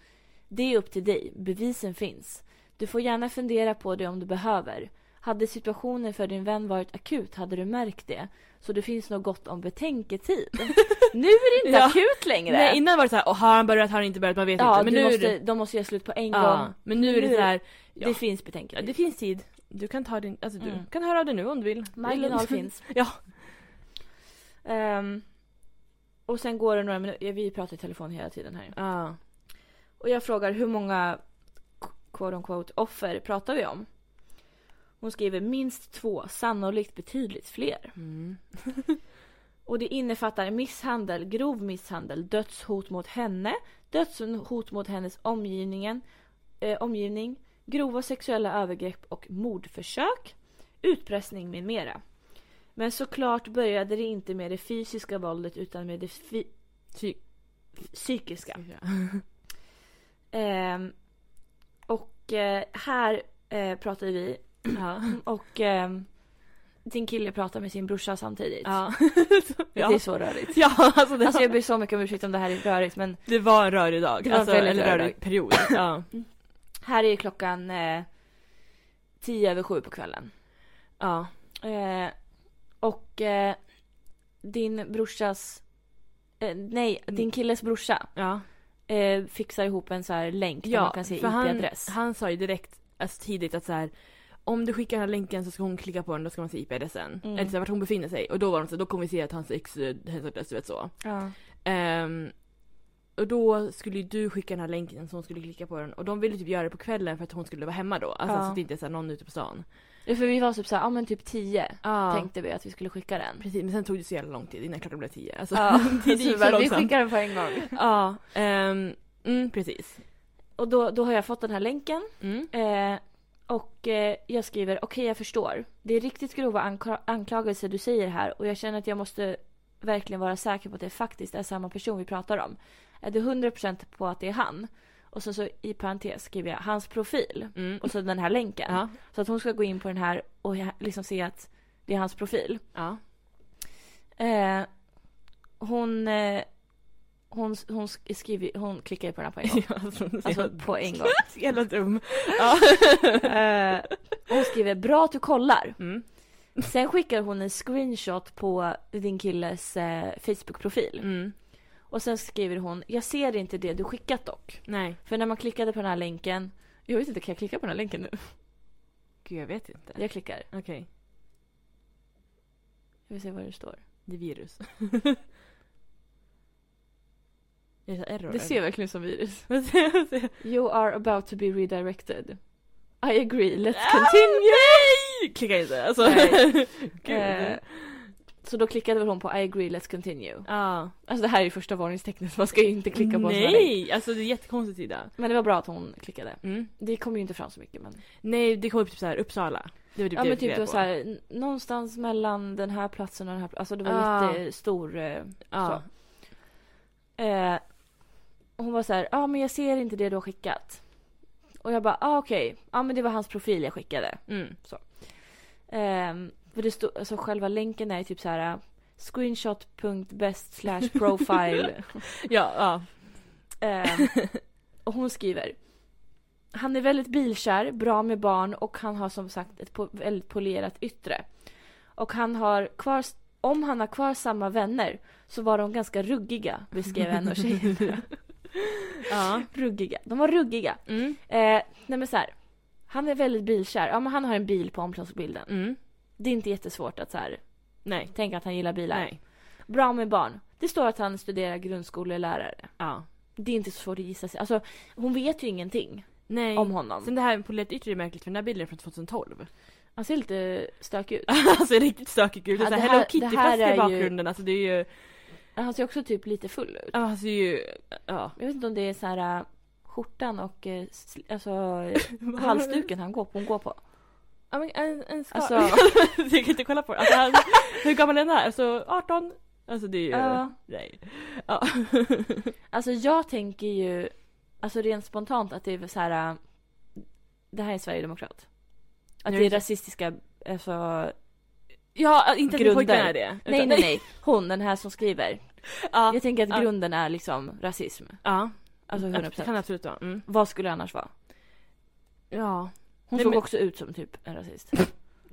S1: Det är upp till dig, bevisen finns. Du får gärna fundera på det om du behöver. Hade situationen för din vän varit akut hade du märkt det. Så det finns nog gott om betänketid. nu är det inte
S2: Ja.
S1: akut längre.
S2: nej innan var det såhär, oh, har han börjat, har han inte börjat, man vet
S1: ja,
S2: inte. Men
S1: du
S2: nu, är
S1: måste,
S2: det-
S1: de måste göra slut på en
S2: ja,
S1: gång.
S2: men nu är det
S1: Nu-
S2: såhär,
S1: Det
S2: Ja.
S1: finns
S2: ja,
S1: betänketid.
S2: det finns tid. Du kan ta din, alltså du
S1: Mm.
S2: kan höra av dig nu om du vill. Det är
S1: Marginal
S2: lugnt.
S1: finns.
S2: Ja.
S1: Ehm, och sen går det några minuter, vi pratar i telefon hela tiden här.
S2: Ja.
S1: Och jag frågar hur många quote unquote, offer pratar vi om? Hon skriver minst två, sannolikt betydligt fler.
S2: Mm.
S1: Och det innefattar misshandel, grov misshandel, dödshot mot henne, dödshot mot hennes omgivningen, eh, omgivning, grova sexuella övergrepp och mordförsök, utpressning med mera. Men såklart började det inte med det fysiska våldet utan med det fi-
S2: Psyk-
S1: psykiska. Ehm, och eh, här eh, pratar vi
S2: Ja.
S1: och eh, din kille pratar med sin brorsa samtidigt.
S2: Ja.
S1: Det är
S2: ja.
S1: så rörigt.
S2: Ja, alltså det,
S1: Alltså jag ber så mycket om ursäkt om det här är rörigt men
S2: det var en rörig dag.
S1: Det var en
S2: alltså,
S1: väldigt
S2: eller
S1: rörig
S2: rörig
S1: dag.
S2: period. Ja.
S1: här är klockan eh, tio över sju på kvällen.
S2: ja.
S1: Eh, och eh, din brorsas, eh, nej din killes brorsa
S2: ja.
S1: eh, fixar ihop en så här länk där man kan se
S2: för han,
S1: IP-adress.
S2: han sa ju direkt alltså, tidigt att så här, om du skickar den här länken så ska hon klicka på den då ska man se IP-adressen.
S1: Mm.
S2: Eller så här, vart hon befinner sig. Och då var de så här, då kommer vi se att hans ex, eh, hennes adress, du vet så.
S1: Ja.
S2: Ehm, och då skulle ju du skicka den här länken så hon skulle klicka på den och de ville typ göra det på kvällen för att hon skulle vara hemma då. Alltså
S1: Ja.
S2: så att det inte är så här någon ute på stan.
S1: Ja, för vi var typ såhär, ja men typ 10
S2: Ja,
S1: tänkte vi att vi skulle skicka den.
S2: precis. Men sen tog det så jävla lång tid innan klockan blev tio. Alltså,
S1: Ja,
S2: det
S1: så vi
S2: gick så
S1: bara, vi
S2: långsamt.
S1: skickar den på en gång.
S2: Ja, ehm, mm, precis.
S1: Och då, då har jag fått den här länken.
S2: Mm.
S1: Eh, och eh, jag skriver, okej jag förstår. Det är riktigt grova ankla- anklagelser du säger här och jag känner att jag måste verkligen vara säker på att det faktiskt är samma person vi pratar om. Är du 100% på att det är han? Och sen så i parentes skriver jag hans profil
S2: Mm.
S1: och så den här länken.
S2: Ja,
S1: Så att hon ska gå in på den här och jag- liksom se att det är hans profil.
S2: ja.
S1: Eh, hon, eh, hon, hon, sk- skriver, hon klickar ju på den här på en gång.
S2: alltså,
S1: Alltså på en gång.
S2: så jävla dum.
S1: Eh, hon skriver bra att du kollar.
S2: Mm.
S1: Sen skickar hon en screenshot på din killes eh, Facebook-profil.
S2: Mm.
S1: Och sen skriver hon jag ser inte det du skickat dock.
S2: Nej,
S1: För när man klickade på den här länken. Jag vet inte, kan jag klicka på den här länken nu?
S2: gud jag vet inte.
S1: Jag klickar.
S2: Okej,
S1: Jag vill se vad det står.
S2: det är virus. jag sa error.
S1: Det ser verkligen ut som virus.
S2: verkligen.
S1: You are about to be redirected. I agree, let's
S2: Continue! Ah, Nej! Klicka inte alltså.
S1: Nej.
S2: Gud.
S1: continue. Eh, så då klickade väl hon på I agree, let's continue.
S2: Ja.
S1: Alltså det här är ju första varningstecknet, man ska ju inte klicka på en sån här länk.
S2: Nej! Alltså det är jättekonstigt Ida.
S1: Men det var bra att hon klickade.
S2: Mm.
S1: Det kommer ju inte fram så mycket men.
S2: Nej det kom upp typ såhär Uppsala. Det var typ
S1: Ja men
S2: det jag
S1: typ
S2: funderade
S1: det var
S2: på.
S1: så här, n- någonstans mellan den här platsen och den här platsen. Alltså det var
S2: Ah.
S1: jättestor. Eh,
S2: Ja.
S1: eh, och hon var så här, ja ah, men jag ser inte det du har skickat. Och jag bara, ah okej, ja ah, men det var hans profil jag skickade.
S2: Mm.
S1: Ehm, för det stod, alltså själva länken är ju typ så här eh, screenshot.best slash profile.
S2: Ja, ja.
S1: Ehm, och hon skriver. Han är väldigt bilkär, bra med barn och han har som sagt ett po- väldigt polerat yttre. Och han har kvar, om han har kvar samma vänner så var de ganska ruggiga, beskrev en av tjejerna.
S2: ja.
S1: ruggiga. De var ruggiga.
S2: Mm.
S1: Eh, nej men så här. Han är väldigt bilkär. Ja men han har en bil på omslagsbilden.
S2: Mm.
S1: Det är inte jättesvårt att så här,
S2: Nej.
S1: tänka att han gillar bilar.
S2: Nej.
S1: Bra med barn. Det står att han studerar grundskolelärare.
S2: Ja.
S1: Det är inte så svårt att gissa sig. Alltså hon vet ju ingenting.
S2: Nej.
S1: om honom.
S2: Sen det här på lätt yttre är märkligt för den här bilden är från 2012.
S1: Han ser lite stökig ut.
S2: alltså riktigt stökigt gul. Det är
S1: Ja,
S2: så här
S1: det
S2: Hello
S1: här- det här
S2: Kitty-flaska
S1: är
S2: i
S1: ju-
S2: bakgrunden. Alltså det är ju...
S1: Han ser också typ lite full ut.
S2: Ja, Alltså det är ju... Ja.
S1: Jag vet inte om det är så här äh, skjortan och äh, sl- alltså, äh, halsduken han går på, hon går på.
S2: Ja men en, en ska...
S1: Alltså-
S2: jag kan inte kolla på det. Alltså, han, hur gammal är den här? Alltså 18? Alltså det är ju...
S1: Ja.
S2: Nej. Ja.
S1: Alltså jag tänker ju alltså rent spontant att det är så här. äh, Det här är Sverigedemokrat. Att
S2: Nu
S1: det
S2: är
S1: är
S2: det-
S1: rasistiska, alltså. äh,
S2: ja, inte att
S1: Grunder.
S2: pojken är det. utan-
S1: Nej nej nej. Hon den här som skriver.
S2: Ja.
S1: Jag tänker att
S2: ja.
S1: grunden är liksom rasism.
S2: ja.
S1: Alltså
S2: Det kan
S1: 100%.
S2: absolut vara. Mm.
S1: Vad skulle det annars vara?
S2: Ja.
S1: Hon
S2: Nej,
S1: såg
S2: men-
S1: också ut som typ en rasist.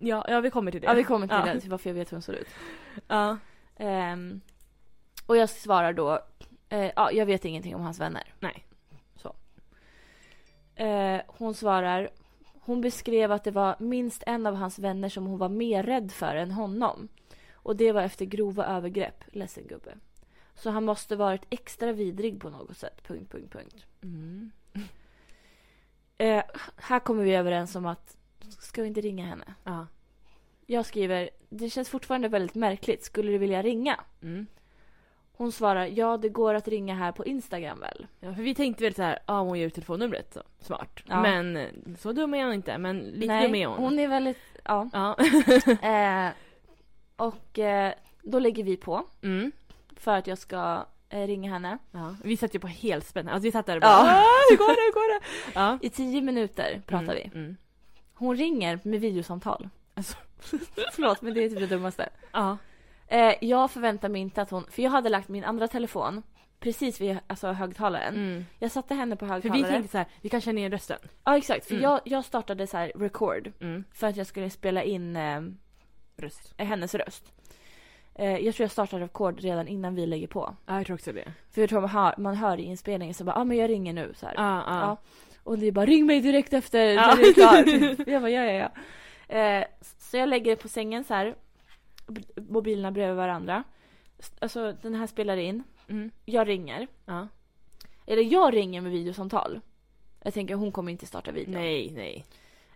S2: ja. Ja vi kommer till det.
S1: Ja vi kommer till
S2: Ja.
S1: det, till varför jag vet hur hon såg ut.
S2: Ja.
S1: Ehm, och jag svarar då, eh, ja, jag vet ingenting om hans vänner.
S2: Nej.
S1: Så. Eh, hon svarar, hon beskrev att det var minst en av hans vänner som hon var mer rädd för än honom. Och det var efter grova övergrepp, ledsen gubbe. Så han måste varit extra vidrig på något sätt, punkt, punkt, punkt.
S2: Mm.
S1: Eh, här kommer vi överens om att, ska vi inte ringa henne?
S2: Ja.
S1: Jag skriver, det känns fortfarande väldigt märkligt, skulle du vilja ringa?
S2: Mm.
S1: Hon svarar ja det går att ringa här på Instagram väl.
S2: Ja, för vi tänkte väl så här, ja hon ger ut telefonnumret så, smart.
S1: Ja.
S2: Men eh, så dum är hon inte, men lite
S1: Nej,
S2: dum är hon.
S1: Hon är väldigt, ja.
S2: Ja.
S1: Eh, och eh, då lägger vi på
S2: Mm.
S1: för att jag ska eh, ringa henne.
S2: ja. Vi satt ju på helspänn, alltså vi satt där och bara,
S1: Ja.
S2: "Ah, hur går det, hur går det? Ja.
S1: I tio minuter pratar vi.
S2: Mm. Mm.
S1: Hon ringer med videosamtal.
S2: Alltså.
S1: Förlåt men det är typ det dummaste.
S2: Ja.
S1: Eh, jag förväntar mig inte att hon, för jag hade lagt min andra telefon precis vid alltså, högtalaren.
S2: Mm.
S1: Jag satte henne på
S2: För
S1: högtalare.
S2: vi tänkte så här, vi kan känna igen rösten.
S1: Ja exakt, för
S2: Mm.
S1: jag, jag startade så här record
S2: Mm.
S1: för att jag skulle spela in eh,
S2: Röst.
S1: hennes röst. Eh, jag tror jag startade rekord redan innan vi lägger på.
S2: Ja, jag tror också det.
S1: För jag tror man hör, man hör i inspelningen så bara, ja ah, men jag ringer nu så här.
S2: Ja, ja.
S1: Ja. Och det är bara, ring mig direkt efter
S2: Ja.
S1: när du är klar. jag bara, ja ja ja. Eh, så jag lägger på sängen så här, b- mobilerna bredvid varandra. S- Alltså den här spelar in.
S2: Mm.
S1: Jag ringer.
S2: Ja.
S1: Eller jag ringer med videosamtal. Jag tänker hon kommer inte starta videon.
S2: Nej, nej.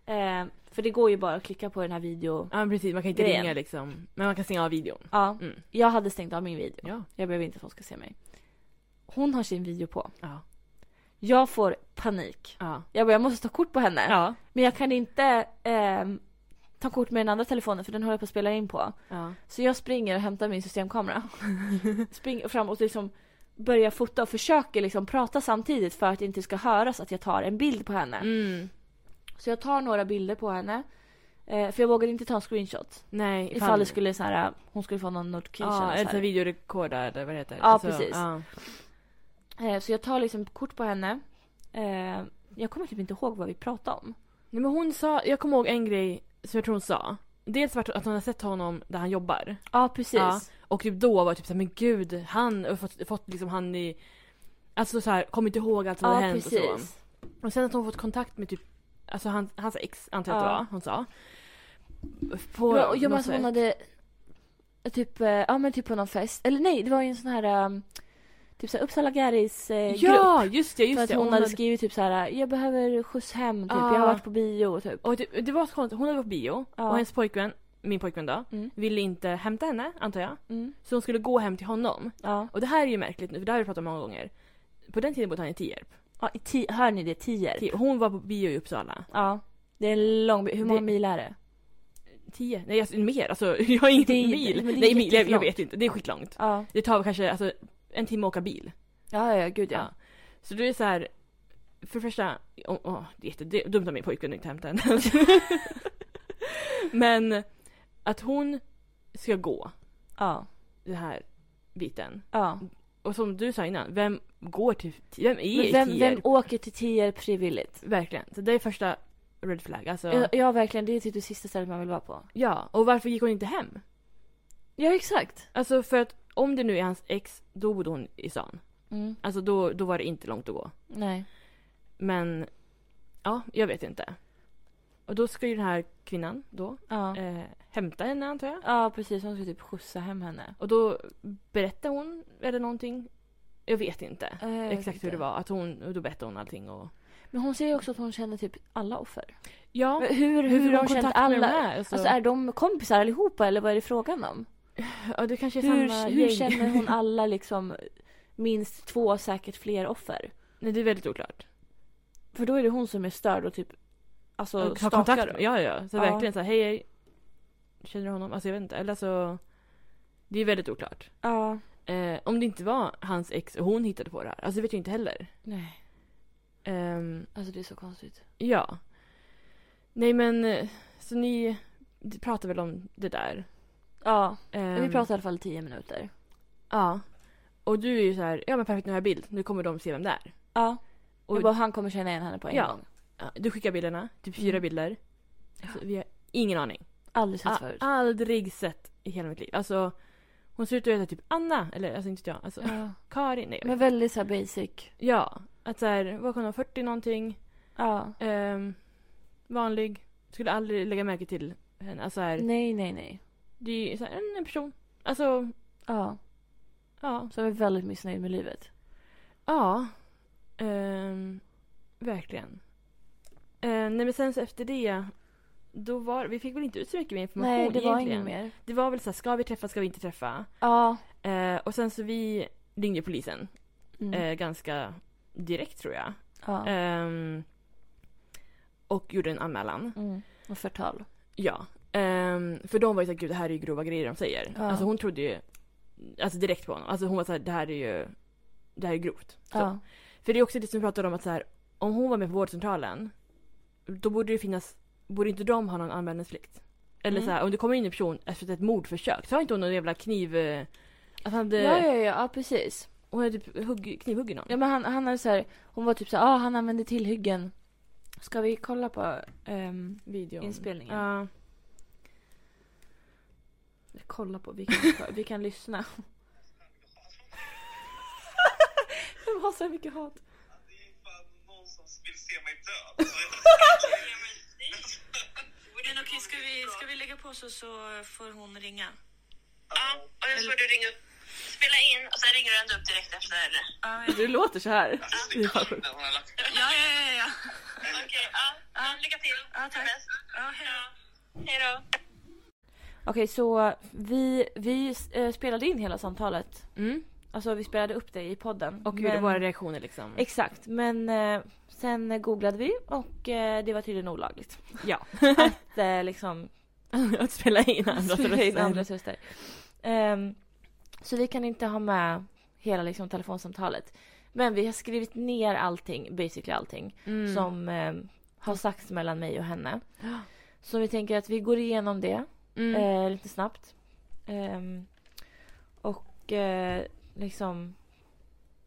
S1: Eh, för det går ju bara att klicka på den här video.
S2: Ja men precis, man kan inte
S1: Grejen.
S2: ringa liksom. Men man kan stänga av videon.
S1: Ja,
S2: Mm.
S1: jag hade stängt av min video.
S2: Ja.
S1: Jag behöver inte att hon ska se mig. Hon har sin video på.
S2: Ja.
S1: Jag får panik.
S2: Ja.
S1: Jag bara, jag måste ta kort på henne.
S2: Ja.
S1: Men jag kan inte ehm, ta kort med den andra telefonen för den håller jag på att spela in på.
S2: Ja.
S1: Så jag springer och hämtar min systemkamera. springer fram och liksom börjar fota och försöker liksom prata samtidigt för att det inte ska höras att jag tar en bild på henne.
S2: Mm.
S1: Så jag tar några bilder på henne. Eh, för jag vågade inte ta en screenshot.
S2: Nej,
S1: Ifall, det skulle så här, hon skulle få någon notification. och så
S2: Ja,
S1: här.
S2: eller så här videorekorda eller vad det heter.
S1: Ja, precis.
S2: Ja.
S1: Eh, Så jag tar liksom kort på henne. Eh, Jag kommer typ inte ihåg vad vi pratade om.
S2: Nej, men hon sa, jag kommer ihåg en grej som jag tror hon sa. Dels var det att hon har sett honom där han jobbar.
S1: Ja, precis.
S2: Ja. Och typ då var det typ såhär, men gud, han har fått, fått liksom han i... Alltså såhär, kom inte ihåg allt som hade hänt och så.
S1: precis.
S2: Och sen att hon fått kontakt med typ, alltså han, hans ex antar jag att det
S1: Ja.
S2: var, hon sa. På
S1: Ja, och jag
S2: något
S1: menar hon
S2: sätt.
S1: hade eh, typ, eh, ja men typ på någon fest. Eller nej, det var ju en sån här ehm, typ såhär Uppsala Garris eh, grupp.
S2: Ja, just det,
S1: För
S2: just
S1: att
S2: det.
S1: hon, hade skrivit typ så här: jag behöver skjuts hem typ,
S2: Ah.
S1: jag har varit på bio typ.
S2: Och det, det var så konstigt, hon hade varit på bio
S1: Ja.
S2: och hennes pojkvän, min pojkvän då,
S1: Mm.
S2: ville inte hämta henne antar jag.
S1: Mm.
S2: Så hon skulle gå hem till honom.
S1: Ja.
S2: Och det här är ju märkligt nu för det här har vi pratat om många gånger. På den tiden bodde han i Tierp.
S1: ja i ti- hör ni det? Tierp?
S2: Tierp. Hon var på bio i Uppsala.
S1: Ja. Det är en lång bi- hur många
S2: Det-
S1: mil är det?
S2: Tio? Nej alltså mer, alltså jag har ingen
S1: Det är-
S2: bil.
S1: men det är
S2: Nej mil, jag, jag
S1: jättelångt.
S2: vet inte, det är skitlångt.
S1: Ja.
S2: Det tar väl kanske alltså, en timme att åka bil.
S1: Ja, ja, gud ja.
S2: Ja. Så det är så här. För det första, åh, åh, det är jättedumt av min pojkvän att inte hämta henne. Men att hon ska gå
S1: Ja.
S2: den här biten.
S1: ja.
S2: Och som du sa innan, vem går till, vem är
S1: Men
S2: i
S1: vem, vem
S2: Tierp?
S1: åker till Tierp frivilligt?
S2: Verkligen. Så det är första red flag. Alltså,
S1: Ja. ja, verkligen. Det är typ det sista stället man vill vara på.
S2: ja, och varför gick hon inte hem?
S1: Ja, exakt.
S2: Alltså för att om det nu är hans ex, då bodde hon i stan.
S1: Mm.
S2: Alltså då, då var det inte långt att gå.
S1: Nej.
S2: Men, ja, jag vet inte. Och då ska ju den här kvinnan då
S1: Ja.
S2: eh, hämta henne antar jag.
S1: ja, precis. Hon skulle typ skjutsa hem henne.
S2: Och då berättar hon, eller någonting. Jag vet inte
S1: Eh, jag vet
S2: exakt
S1: inte.
S2: hur det var. Att hon, och då berättade hon allting och...
S1: Men hon säger också att hon känner typ alla offer.
S2: Ja,
S1: Men hur, hur,
S2: hur
S1: har
S2: de
S1: hon känt
S2: kontakt med de
S1: alla?
S2: här? Alltså,
S1: Alltså är de kompisar allihopa eller vad är det frågan om?
S2: ja, det kanske är samma
S1: Hur, hur
S2: gäng.
S1: känner hon alla liksom minst två, säkert fler offer?
S2: Nej, det är väldigt oklart.
S1: För då är det hon som är störd och typ alltså
S2: ha kontakt
S1: stakar.
S2: med. Ja, ja. Så
S1: Ja.
S2: verkligen så här, hej, hej. Känner du honom? Alltså jag vet inte. Eller alltså. Det är väldigt oklart.
S1: ja.
S2: Eh, om det inte var hans ex och hon hittade på det här. Alltså det vet jag inte heller.
S1: Nej,
S2: Ehm,
S1: alltså det är så konstigt.
S2: ja. Nej men. eh, Så ni pratar väl om det där?
S1: Ja,
S2: Ehm,
S1: vi pratar i alla fall tio minuter.
S2: Ja. Och du är ju så här, ja men perfekt nu har jag bild. Nu kommer de se vem det är.
S1: Ja.
S2: Och-
S1: Och bara, han kommer känna igen henne på en
S2: Ja.
S1: gång.
S2: Ja, Du skickar bilderna. Typ fyra
S1: Mm.
S2: bilder. Alltså, vi har ingen aning.
S1: Aldrig sett
S2: A-
S1: förut.
S2: aldrig sett i hela mitt liv. Alltså, hon ser ut att heta typ Anna, eller alltså inte jag, alltså
S1: Ja.
S2: Karin. Nej, jag
S1: Men
S2: vet.
S1: väldigt så här basic.
S2: Ja, att såhär, vad kan hon vara, 40 någonting,
S1: Ja.
S2: ehm, vanlig. Skulle aldrig lägga märke till henne. Alltså såhär,
S1: Nej, nej, nej.
S2: det är ju såhär, en, en person. Alltså,
S1: Ja.
S2: ja.
S1: Som är väldigt missnöjd med livet.
S2: Ja. Ehm, verkligen. Eh, nej men sen så efter det, då var, vi fick väl inte ut så mycket mer information
S1: Nej, det var
S2: egentligen.
S1: inget mer.
S2: Det var väl såhär, ska vi träffa, ska vi inte träffa?
S1: Ja.
S2: Eh, och sen så vi ringde polisen
S1: Mm.
S2: eh, ganska direkt tror jag.
S1: ja.
S2: Ehm, och gjorde en anmälan.
S1: Mm. Och förtal.
S2: Ja. Ehm, för de var ju såhär, gud det här är ju grova grejer de säger.
S1: Ja.
S2: Alltså hon trodde ju alltså direkt på honom. Alltså hon var såhär, det här är ju det här är grovt. Så.
S1: Ja.
S2: För det är också det som vi pratade om att så här, om hon var med på vårdcentralen då borde det finnas, borde inte de ha någon anmälningsplikt? Eller
S1: Mm.
S2: så här, om det kommer in en person efter ett mordförsök, så har inte hon någon jävla kniv... eh, Att han hade,
S1: ja, ja, ja, ja, precis.
S2: Hon hade typ hugg, knivhuggit någon.
S1: Ja, men han, han hade så här, hon var typ så här, ah, han använde tillhyggen. Ska vi kolla på ehm,
S2: Videon.
S1: inspelningen?
S2: Ja.
S1: Kolla på, vi kan, vi kan lyssna. Jag har så mycket hat.
S4: Det är fan någon som vill se mig alltså. död.
S5: Men okej, ska vi, ska vi lägga på så, så får hon ringa?
S6: Ja, och jag tror du ringer upp. Spela in och så
S5: sen ringer du ändå upp direkt efter. Ja, ja,
S2: Du låter så här.
S4: Alltså, det är kul när hon har lagt
S5: ja. ja, ja. Okej, ja. ja. Lycka till. Ja, tack. Ja, hej då. Hej då.
S1: Okej, så vi, vi eh, spelade in hela samtalet.
S2: Mm.
S1: Alltså vi spelade upp det i podden.
S2: Och hur
S1: Men-
S2: våra reaktioner liksom.
S1: Exakt, men eh, sen googlade vi och eh, det var tydligen olagligt.
S2: Ja.
S1: Att eh, liksom
S2: att spela in andras
S1: spela in
S2: röster.
S1: andras röster. Ehm, så vi kan inte ha med hela liksom, telefonsamtalet. Men vi har skrivit ner allting, basically allting,
S2: Mm.
S1: som ehm, har sagts mellan mig och henne. Så vi tänker att vi går igenom det
S2: Mm.
S1: eh, lite snabbt. Ehm, och eh, liksom...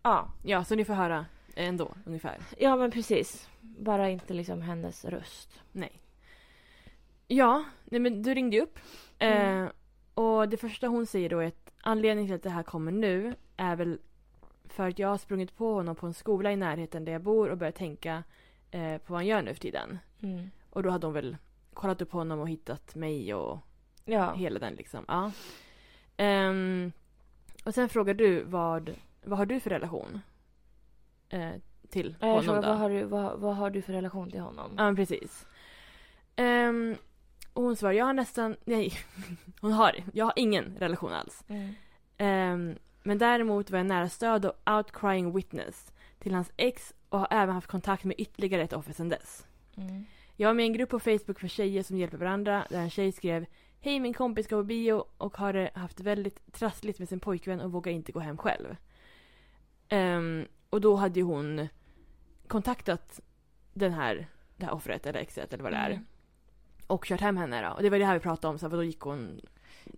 S1: Ja,
S2: Ja, så ni får höra ändå ungefär.
S1: ja men precis. Bara inte liksom hennes röst.
S2: Nej. Ja, nej men du ringde ju upp.
S1: Mm.
S2: Eh, och det första hon säger då är att anledningen till att det här kommer nu är väl för att jag har sprungit på honom på en skola i närheten där jag bor och börjat tänka eh, på vad han gör nu för tiden.
S1: Mm.
S2: Och då hade hon väl kollat upp honom och hittat mig och
S1: Ja.
S2: hela den liksom. Ja. Ehm, och sen frågar du vad, vad har du för relation? Eh, till
S1: Ja, Jag
S2: honom
S1: frågar,
S2: då?
S1: vad, har du, vad, vad har du för relation till honom?
S2: Ja, men precis. Ehm, och hon svarar, jag har nästan, nej, hon har, jag har ingen relation alls.
S1: Mm.
S2: Ehm, men däremot var jag nära stöd och outcrying witness till hans ex och har även haft kontakt med ytterligare ett offer sedan dess.
S1: Mm.
S2: Jag är med i en grupp på Facebook för tjejer som hjälper varandra där en tjej skrev Hej min kompis går på bio och har det haft väldigt trassligt med sin pojkvän och vågar inte gå hem själv. Ehm, och då hade ju hon kontaktat den här, det här offret eller exet eller vad det är.
S1: Mm.
S2: Och kört hem henne då. Och det var det här vi pratade om, så här, för då gick hon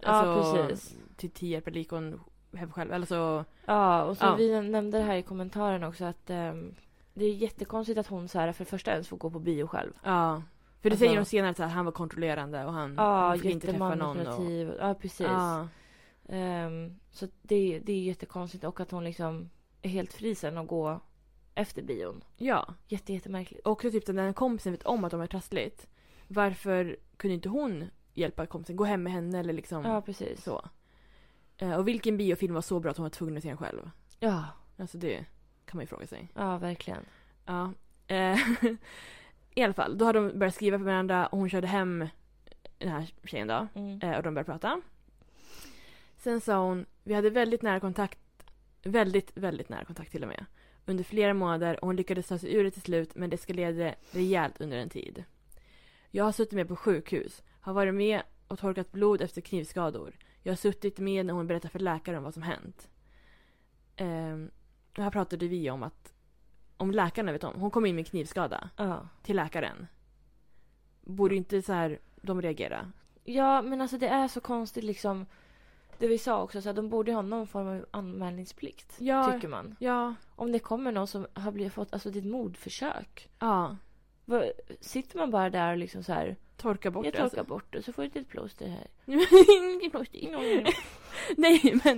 S1: Ja,
S2: Alltså-
S1: precis.
S2: till Tierp eller gick hon hem själv. Eller så,
S1: Ja, och så
S2: Ja.
S1: vi nämnde det här i kommentaren också att ehm, det är jättekonstigt att hon så här för det första ens får gå på bio själv.
S2: ja. För det
S1: Alltså-
S2: säger hon senare att så här, han var kontrollerande och han,
S1: Ja,
S2: han Mm. fick inte träffa någon. Och,
S1: jättemanipulativ. Ja, precis.
S2: ja,
S1: Ehm, så att det, det är jättekonstigt och att hon liksom är helt fri sen att gå efter bion.
S2: ja.
S1: Jätte, jättemärkligt.
S2: Och också typ den där kompisen vet om att de är trassligt. Varför kunde inte hon hjälpa kompisen? Gå hem med henne eller liksom
S1: Ja, precis.
S2: så. Eh, Och vilken biofilm var så bra att hon var tvungen att se den själv?
S1: Ja,
S2: Alltså det kan man ju fråga sig.
S1: ja verkligen.
S2: Ja. Eh, I alla fall, då har de börjat skriva för varandra och hon körde hem den här tjejen då.
S1: Mm.
S2: Eh, Och de började prata. Sen sa hon, vi hade väldigt nära kontakt, väldigt, väldigt nära kontakt till och med. Under flera månader och hon lyckades ta sig ur det till slut men det eskalerade rejält under en tid. Jag har suttit med på sjukhus, har varit med och torkat blod efter knivskador. Jag har suttit med när hon berättar för läkaren om vad som hänt. Ehm, och här pratade vi om att, om läkarna vet om, hon kom in med knivskada
S1: Ja.
S2: till läkaren. Borde inte så här de reagera?
S1: ja, men alltså det är så konstigt liksom. Det vi sa också, så här, de borde ju ha någon form av anmälningsplikt.
S2: Ja.
S1: Tycker man.
S2: Ja.
S1: Om det kommer någon som har blivit fått, alltså det är ett mordförsök.
S2: Ja.
S1: Vad- Sitter man bara där och liksom så här,
S2: Torka bort
S1: jag
S2: det alltså.
S1: torkar bort det så får du ett litet plåster här. Mm.
S2: nej, men,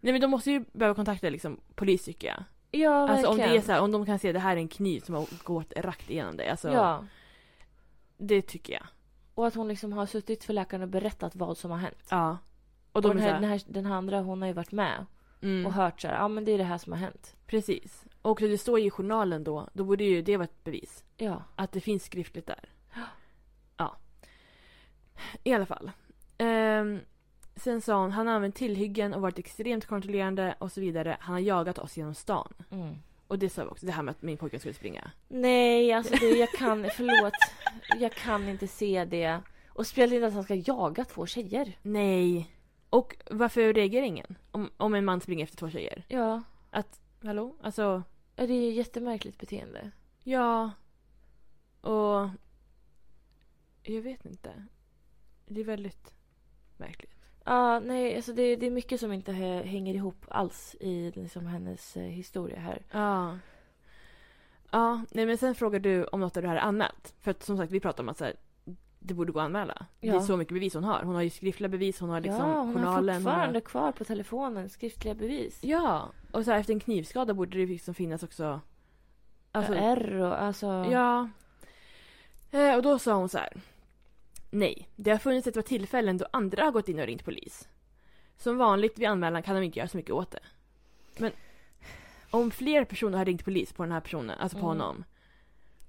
S2: nej men de måste ju behöva kontakta liksom, polis tycker jag.
S1: Ja,
S2: Alltså om det
S1: verkligen.
S2: är så här, om de kan se det här är en kniv som har gått rakt igenom dig. Alltså,
S1: Ja,
S2: Det tycker jag.
S1: och att hon liksom har suttit för läkaren och berättat vad som har hänt.
S2: Ja. Och
S1: Och,
S2: de är
S1: den,
S2: så
S1: här,
S2: här,
S1: den, här, den här andra hon har ju varit med
S2: mm,
S1: och hört så här, ja men det är det här som har hänt.
S2: Precis. Och också det står ju i journalen då, då borde ju det vara ett bevis.
S1: Ja.
S2: Att det finns skriftligt där. Ja. I alla fall. Ehm, sen sa hon, han har använt tillhyggen och varit extremt kontrollerande och så vidare. Han har jagat oss genom stan.
S1: Mm.
S2: Och det sa vi också, det här med att min pojke skulle springa.
S1: Nej, alltså det, jag kan, förlåt. Jag kan inte se det. Och spelar inte att han ska jaga två tjejer.
S2: Nej. Och varför reagerar ingen? Om, om en man springer efter två tjejer.
S1: Ja,
S2: Att, hallå? Alltså,
S1: Ja, det är ju jättemärkligt beteende.
S2: ja. Och... Jag vet inte. Det är väldigt märkligt.
S1: Ja, nej, alltså det, det är mycket som inte hä- hänger ihop alls i liksom, hennes eh, historia här.
S2: Ja. Ja, nej men sen frågar du om något av det här är anmält. För att som sagt, vi pratade om att så här, det borde gå att anmäla. Det
S1: Ja.
S2: är så mycket bevis hon har. Hon har ju skriftliga bevis, hon har liksom
S1: ja, hon
S2: journalen.
S1: har
S2: hon har-
S1: fortfarande kvar på telefonen skriftliga bevis.
S2: Ja, och så här, efter en knivskada borde det liksom finnas också... Alltså,
S1: ja, R och alltså...
S2: Ja. Eh, och då sa hon så här. Nej, det har funnits ett par tillfällen då andra har gått in och ringt polis. Som vanligt vid anmälan kan de inte göra så mycket åt det. Om fler personer har ringt polis på den här personen, alltså på
S1: Mm.
S2: honom.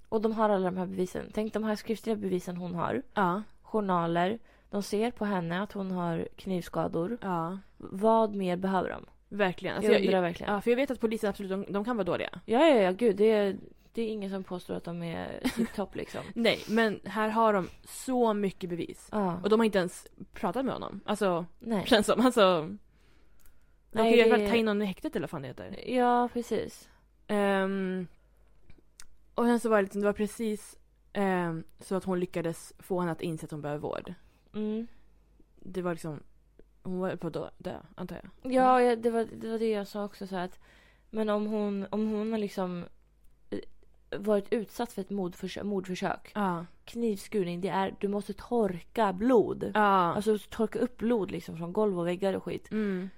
S1: Och de har alla de här bevisen. Tänk de här skriftliga bevisen hon har.
S2: Ja,
S1: Journaler. De ser på henne att hon har knivskador.
S2: ja.
S1: Vad mer behöver de?
S2: Verkligen. Alltså,
S1: Jag
S2: jag,
S1: undrar
S2: jag,
S1: verkligen.
S2: ja, för jag vet att polisen absolut, de, de kan vara dåliga.
S1: Ja, ja, ja, gud. Det är, det är ingen som påstår att de är tipptopp liksom.
S2: Nej, men här har de så mycket bevis.
S1: Ja,
S2: Och de har inte ens pratat med honom. Alltså,
S1: nej.
S2: känns som. Alltså, de kan
S1: Nej,
S2: ju i alla
S1: det-
S2: fall ta in någon i häktet eller vad fan det heter.
S1: Ja, precis.
S2: Ehm, och sen så var det, liksom, det var precis ehm, så att hon lyckades få henne att inse att hon behöver vård.
S1: Mm.
S2: Det var liksom, hon var på att dö- dö, antar jag.
S1: Ja, jag, det, var, det var det jag sa också. Så här att, men om hon, om hon har liksom eh, varit utsatt för ett mordförsök, mordförsök
S2: Ja.
S1: knivskurning, det är du måste torka blod.
S2: Ja.
S1: Alltså torka upp blod liksom från golv och väggar och skit.
S2: mm.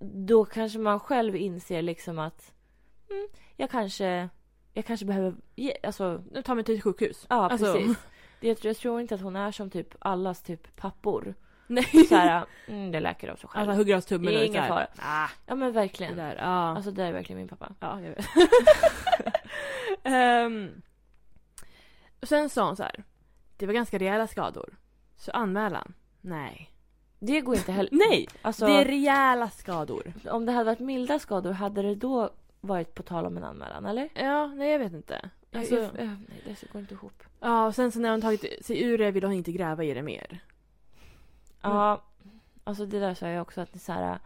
S1: Då kanske man själv inser liksom att mm, jag kanske, jag kanske behöver, ge, alltså
S2: Nu tar mig till ett sjukhus.
S1: Ja,
S2: Alltså-
S1: precis. Det, jag, tror, jag tror inte att hon är som typ allas typ pappor.
S2: Nej.
S1: Så här, mm, det läker av sig själv.
S2: Alla hugger oss tummen
S1: Det är
S2: och
S1: ingen
S2: så här.
S1: fara.
S2: Ah,
S1: ja men
S2: det
S1: verkligen.
S2: där, ja.
S1: Alltså det är verkligen min pappa.
S2: ja, jag vet. Ehm, och sen sa hon så här. Det var ganska rejäla skador. Så anmälan? Nej.
S1: Det går inte heller.
S2: Nej!
S1: Alltså,
S2: Det är rejäla skador.
S1: Om det hade varit milda skador, hade det då varit på tal om en anmälan eller?
S2: Ja, nej jag vet inte. Alltså,
S1: Jag- jag- eh, nej, det går inte ihop.
S2: Ja, och sen så när hon tagit sig ur det ville hon inte gräva i det mer.
S1: Ja, alltså det där sa jag också att det är så här,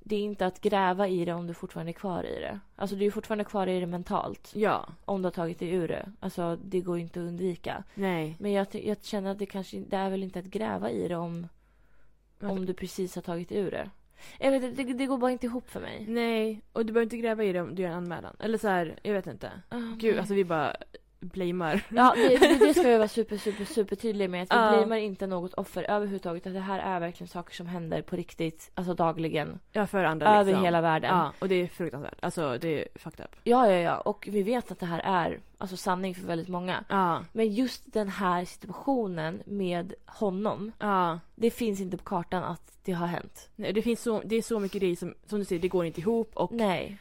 S1: det är inte att gräva i det om du fortfarande är kvar i det. Alltså du är fortfarande kvar i det mentalt.
S2: Ja.
S1: Om du har tagit dig ur det. Alltså det går ju inte att undvika.
S2: Nej.
S1: Men jag, ty- jag känner att det kanske det är väl inte att gräva i det om,
S2: Varför?
S1: om du precis har tagit ur det. Jag vet inte, det, det går bara inte ihop för
S2: Mm.
S1: mig.
S2: Nej, och du behöver inte gräva i det om du gör en anmälan. Eller så här, jag vet inte.
S1: Ah,
S2: Gud,
S1: nej.
S2: alltså vi bara blamear.
S1: Ja, det, det, det ska jag vara super, super, super tydlig med. Att vi
S2: Ja.
S1: blamear inte något offer överhuvudtaget. Att det här är verkligen saker som händer på riktigt, alltså dagligen.
S2: Ja, för andra liksom.
S1: Över hela världen.
S2: Ja, och det är fruktansvärt. Alltså det är fucked up.
S1: Ja, ja, ja. Och vi vet att det här är alltså, sanning för väldigt många.
S2: Ja,
S1: Men just den här situationen med honom.
S2: ja.
S1: Det finns inte på kartan att det har hänt.
S2: Nej, det finns så, det är så mycket grejer som, som du säger, det går inte ihop och
S1: Nej.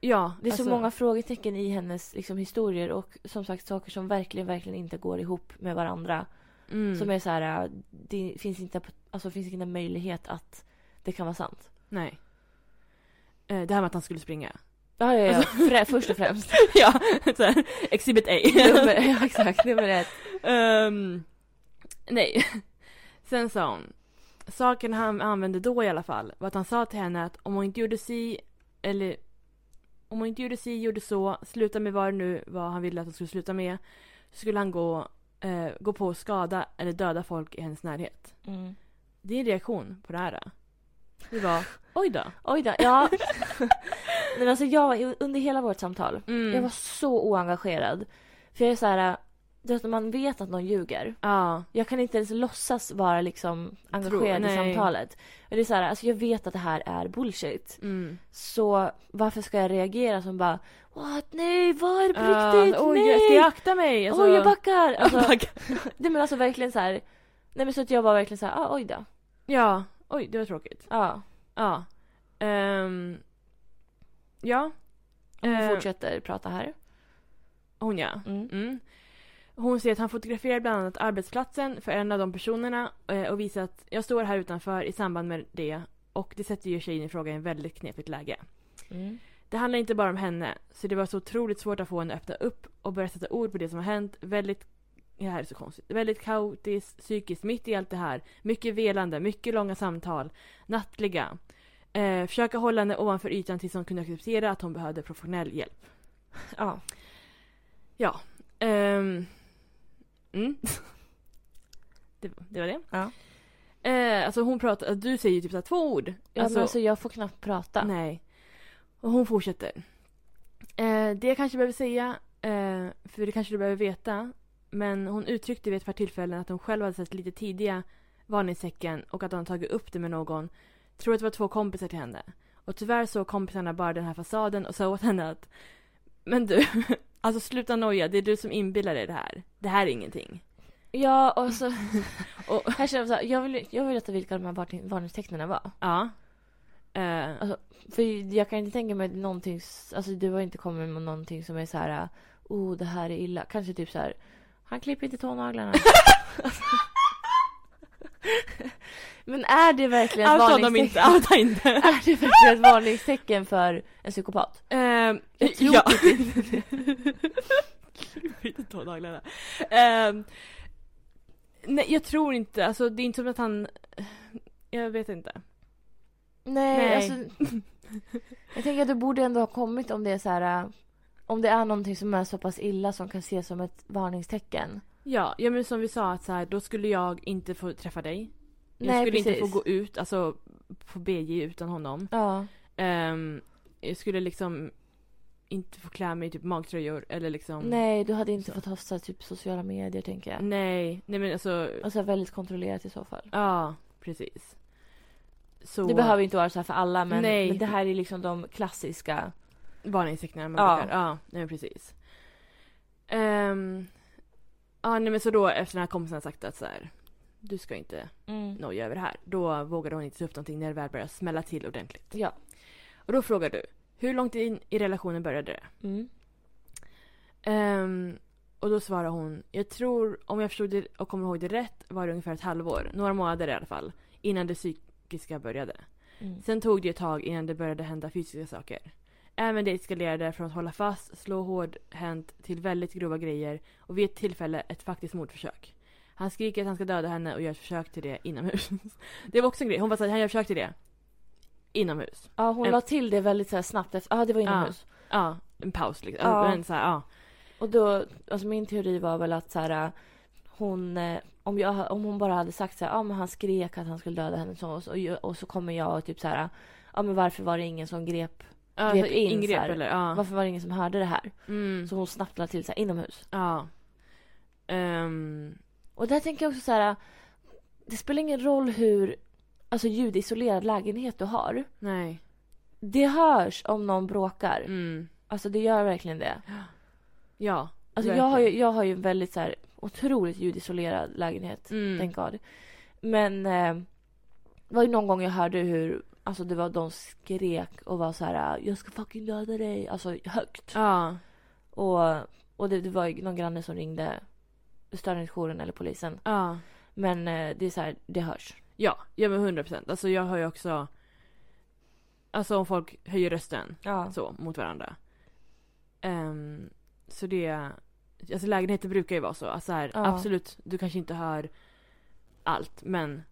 S2: ja.
S1: Det är så
S2: alltså,
S1: många frågetecken i hennes liksom, historier och som sagt saker som verkligen, verkligen inte går ihop med varandra.
S2: mm,
S1: Som är så här, äh, det finns inte, alltså, finns inte en möjlighet att det kan vara sant.
S2: Nej. Eh, Det här med att han skulle springa.
S1: Ja, ja, ja. Frä, först och främst.
S2: Alltså- ja, så här, exhibit A.
S1: nummer, ja, exakt, nummer ett.
S2: Ehm, nej. Sen sa hon. Saken han använde då i alla fall var att han sa till henne att om hon inte gjorde si eller om hon inte gjorde si, gjorde så, sluta med vad det nu var han ville att hon skulle sluta med så skulle han gå, eh, gå på och skada eller döda folk i hennes närhet.
S1: Mm.
S2: Din reaktion på det här då? Det var oj då.
S1: Oj då, ja. Men alltså jag, var- under hela vårt samtal,
S2: Mm.
S1: jag var så oengagerad. För jag är så här, äh, du vet när man vet att någon ljuger.
S2: Ja.
S1: Jag kan inte ens låtsas vara liksom engagerad i
S2: nej.
S1: samtalet. Och det är så här, alltså jag vet att det här är bullshit.
S2: Mm.
S1: Så varför ska jag reagera som bara What? Nej, vad är det på
S2: Ja,
S1: riktigt?
S2: oj,
S1: nej!
S2: ska jag akta mig?
S1: Oj, jag backar!
S2: Alltså,
S1: Alltså, nej men alltså verkligen så här. Nej men så att jag var verkligen så här, ah, oj då.
S2: ja, oj det var tråkigt.
S1: Ja,
S2: Ja. Ehm, ja.
S1: om hon
S2: Ehm,
S1: fortsätter prata här.
S2: hon ja.
S1: Mm.
S2: Mm. Hon säger att han fotograferar bland annat arbetsplatsen för en av de personerna eh, och visar att jag står här utanför i samband med det och det sätter ju tjejen i fråga i en väldigt knepigt läge.
S1: Mm.
S2: Det handlar inte bara om henne, så det var så otroligt svårt att få henne att öppna upp och börja sätta ord på det som har hänt. Väldigt, det här är så konstigt, väldigt kaotiskt, psykiskt, mitt i allt det här. Mycket velande, mycket långa samtal, nattliga. Eh, försöka hålla henne ovanför ytan tills hon kunde acceptera att hon behövde professionell hjälp.
S1: Ja.
S2: Ja. Ehm. mm. det, det var det.
S1: Ja.
S2: Eh, alltså hon pratar, du säger ju typ så här två ord.
S1: Ja, men alltså jag får knappt prata.
S2: Nej. Och hon fortsätter. Eh, det jag kanske behöver säga, eh, för det kanske du behöver veta, men hon uttryckte vid ett par tillfällen att hon själv hade sett lite tidiga varningstecken och att hon tagit upp det med någon. Tror att det var två kompisar till henne. Och tyvärr såg kompisarna bara den här fasaden och sa åt henne att Men du, alltså sluta noja, det är du som inbillar dig det här. Det här är ingenting.
S1: Ja, och så
S2: Och,
S1: här känner jag så här, jag vill, jag vill veta vilka de här varning- varningstecknen var.
S2: ja. Eh,
S1: För jag kan inte tänka mig någonting, s- alltså du har inte kommit med någonting som är så här, äh, oh det här är illa. Kanske typ så här, han klipper inte tånaglarna. Men är det verkligen ett
S2: outa honom
S1: varningstecken?
S2: inte, outa inte.
S1: Är det verkligen ett varningstecken för en psykopat?
S2: Ehm,
S1: tror
S2: ja. Klipper tånaglarna. Ehm, nej jag tror inte, alltså det är inte som att han... Jag vet inte.
S1: Nej,
S2: Nej.
S1: alltså. Jag tänker att du borde ändå ha kommit om det är så här. äh, Om det är någonting som är så pass illa som kan ses som ett varningstecken.
S2: Ja, ja men som vi sa att så här, då skulle jag inte få träffa dig. Jag
S1: Nej,
S2: skulle inte
S1: precis.
S2: få gå ut, alltså på BJ utan honom.
S1: Ja.
S2: Ehm, jag skulle liksom inte få klä mig i typ magtröjor eller liksom...
S1: Nej, du hade inte
S2: Så.
S1: fått ha så här, typ sociala medier tänker jag.
S2: Nej, nej men alltså,
S1: Alltså väldigt kontrollerat i så fall.
S2: ja precis. Så...
S1: Det behöver inte vara så här för alla men,
S2: Nej.
S1: men det här är liksom de klassiska.
S2: Varningstecknen man
S1: Ja.
S2: brukar. Ja, nej men precis. Ehm, ja, nej men så då efter den här kompisen har sagt att så här, du ska inte
S1: Mm.
S2: noja över det här. Då vågade hon inte ta upp någonting när det väl började smälla till ordentligt.
S1: Ja.
S2: Och då frågar du, hur långt in i relationen började det?
S1: Mm.
S2: Ehm, och då svarar hon, jag tror om jag förstod det och kommer ihåg det rätt var det ungefär ett halvår, några månader i alla fall, innan det psykiska började.
S1: Mm.
S2: Sen tog det ett tag innan det började hända fysiska saker. Även det eskalerade från att hålla fast, slå hårdhänt till väldigt grova grejer och vid ett tillfälle ett faktiskt mordförsök. Han skriker att han ska döda henne och gör ett försök till det inomhus. Det var också en grej, hon bara såhär, han gör försök till det. Inomhus.
S1: Ja hon
S2: En-
S1: la till det väldigt så här snabbt efter, ja ah, det var inomhus.
S2: Ja, en paus liksom.
S1: Ja.
S2: Men så här, ja.
S1: Och då, alltså min teori var väl att så här, äh, hon, eh, om, jag, om hon bara hade sagt så här, ja ah, men han skrek att han skulle döda henne så, och, så, och ju- och så kommer jag och typ så här, ja ah, men varför var det ingen som grep,
S2: ja
S1: Grep
S2: så
S1: in,
S2: Ingrepp
S1: så här.
S2: eller ja.
S1: varför var det ingen som hörde det här?
S2: Mm.
S1: Så hon snabbt la till så här, inomhus.
S2: Ja. Ehm,
S1: Och där tänker jag också så här, äh, det spelar ingen roll hur, alltså ljudisolerad lägenhet du har.
S2: nej.
S1: Det hörs om någon bråkar.
S2: Mm.
S1: Alltså det gör verkligen det.
S2: Ja.
S1: Alltså jag har ju, jag har ju en väldigt så här otroligt ljudisolerad lägenhet.
S2: Mm.
S1: Thank God. Men eh, det var ju någon gång jag hörde hur alltså det var de skrek och var så här jag ska fucking döda dig. Alltså högt.
S2: Ja.
S1: Och, och det, det var ju någon granne som ringde störningsjouren eller polisen.
S2: Ja.
S1: Men eh, det är så här, det hörs.
S2: Ja, ja men 100 procent. Alltså jag hör ju också... Alltså om folk höjer rösten
S1: Ja.
S2: så mot varandra. Ehm, så det... Alltså lägenheter brukar ju vara så. Alltså här,
S1: Ja.
S2: Absolut, du kanske inte hör allt men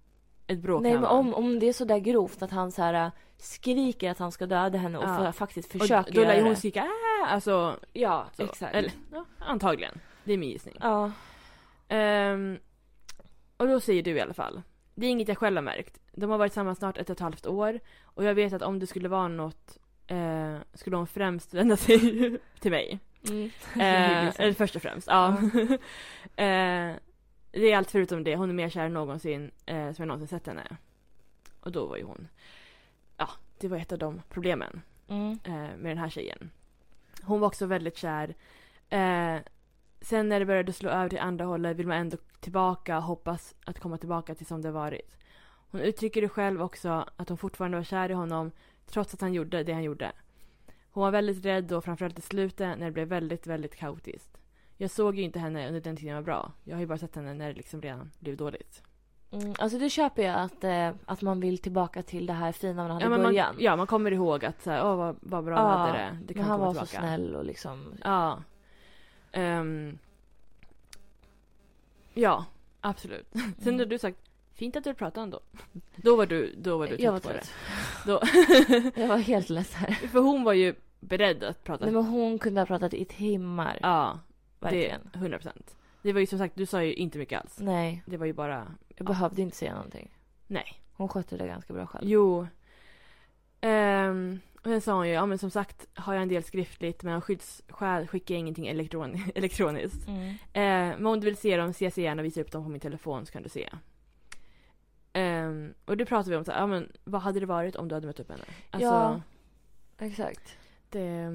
S2: ett bråk
S1: Nej
S2: kan
S1: men
S2: vara.
S1: om, om det är så där grovt att han så här eh, skriker att han ska döda henne och
S2: Ja.
S1: fa- faktiskt
S2: Och
S1: försöker
S2: Då lär ju
S1: göra
S2: hon
S1: det.
S2: skrika "Ah!" Alltså,
S1: Ja,
S2: så.
S1: exakt.
S2: Eller, ja, antagligen. Det är min gissning.
S1: Ja.
S2: Ehm, och då säger du i alla fall. Det är inget jag själv har märkt. De har varit samman snart ett och ett halvt år. Och jag vet att om det skulle vara något eh, skulle de främst vända sig till mig.
S1: Mm.
S2: Eh, eller
S1: liksom-
S2: först och främst, ja. eh, det är allt förutom det. Hon är mer kär än någonsin eh, som jag någonsin sett henne. Och då var ju hon... Ja, det var ett av de problemen
S1: Mm.
S2: eh, med den här tjejen. Hon var också väldigt kär. Eh, sen när det började slå över till andra hållet vill man ändå tillbaka och hoppas att komma tillbaka till som det varit. Hon uttrycker det själv också att hon fortfarande var kär i honom trots att han gjorde det han gjorde. Hon var väldigt rädd och framförallt i slutet när det blev väldigt, väldigt kaotiskt. Jag såg ju inte henne under den tiden jag var bra. Jag har ju bara sett henne när det liksom redan blev dåligt.
S1: Mm, alltså det köper jag att, eh, att man vill tillbaka till det här fina man hade i
S2: man,
S1: början.
S2: ja, man kommer ihåg att så här, åh vad, vad bra
S1: Ja,
S2: hon hade det.
S1: men
S2: Det kan
S1: han
S2: komma
S1: var
S2: tillbaka. Mm.
S1: så snäll och liksom...
S2: Ja. Ehm. ja, absolut. Sen
S1: Mm.
S2: har du sagt fint att du pratar ändå. Då var du, då var du
S1: Jag var
S2: på det. typ
S1: trött.
S2: Då,
S1: Jag var helt less här.
S2: för hon var ju beredd att prata.
S1: Nej, men hon kunde ha pratat i timmar.
S2: ja, det,
S1: verkligen. Mm.
S2: 100 procent. Det var ju som sagt, du sa ju inte mycket alls.
S1: Nej,
S2: Det var ju bara,
S1: jag behövde inte säga någonting.
S2: nej.
S1: Hon skötte det ganska bra själv.
S2: Jo. Ehm, och sen sa hon ju, ja men som sagt har jag en del skriftligt men av skyddsskäl skickar jag ingenting elektron- elektroniskt.
S1: Mm.
S2: Eh, men om du vill se dem, ses gärna och visa upp dem på min telefon så kan du se. Ehm, och det pratade vi om, så här, ja, men, vad hade det varit om du hade mött upp henne? Alltså, ehm,
S1: Ja. Exakt.
S2: det,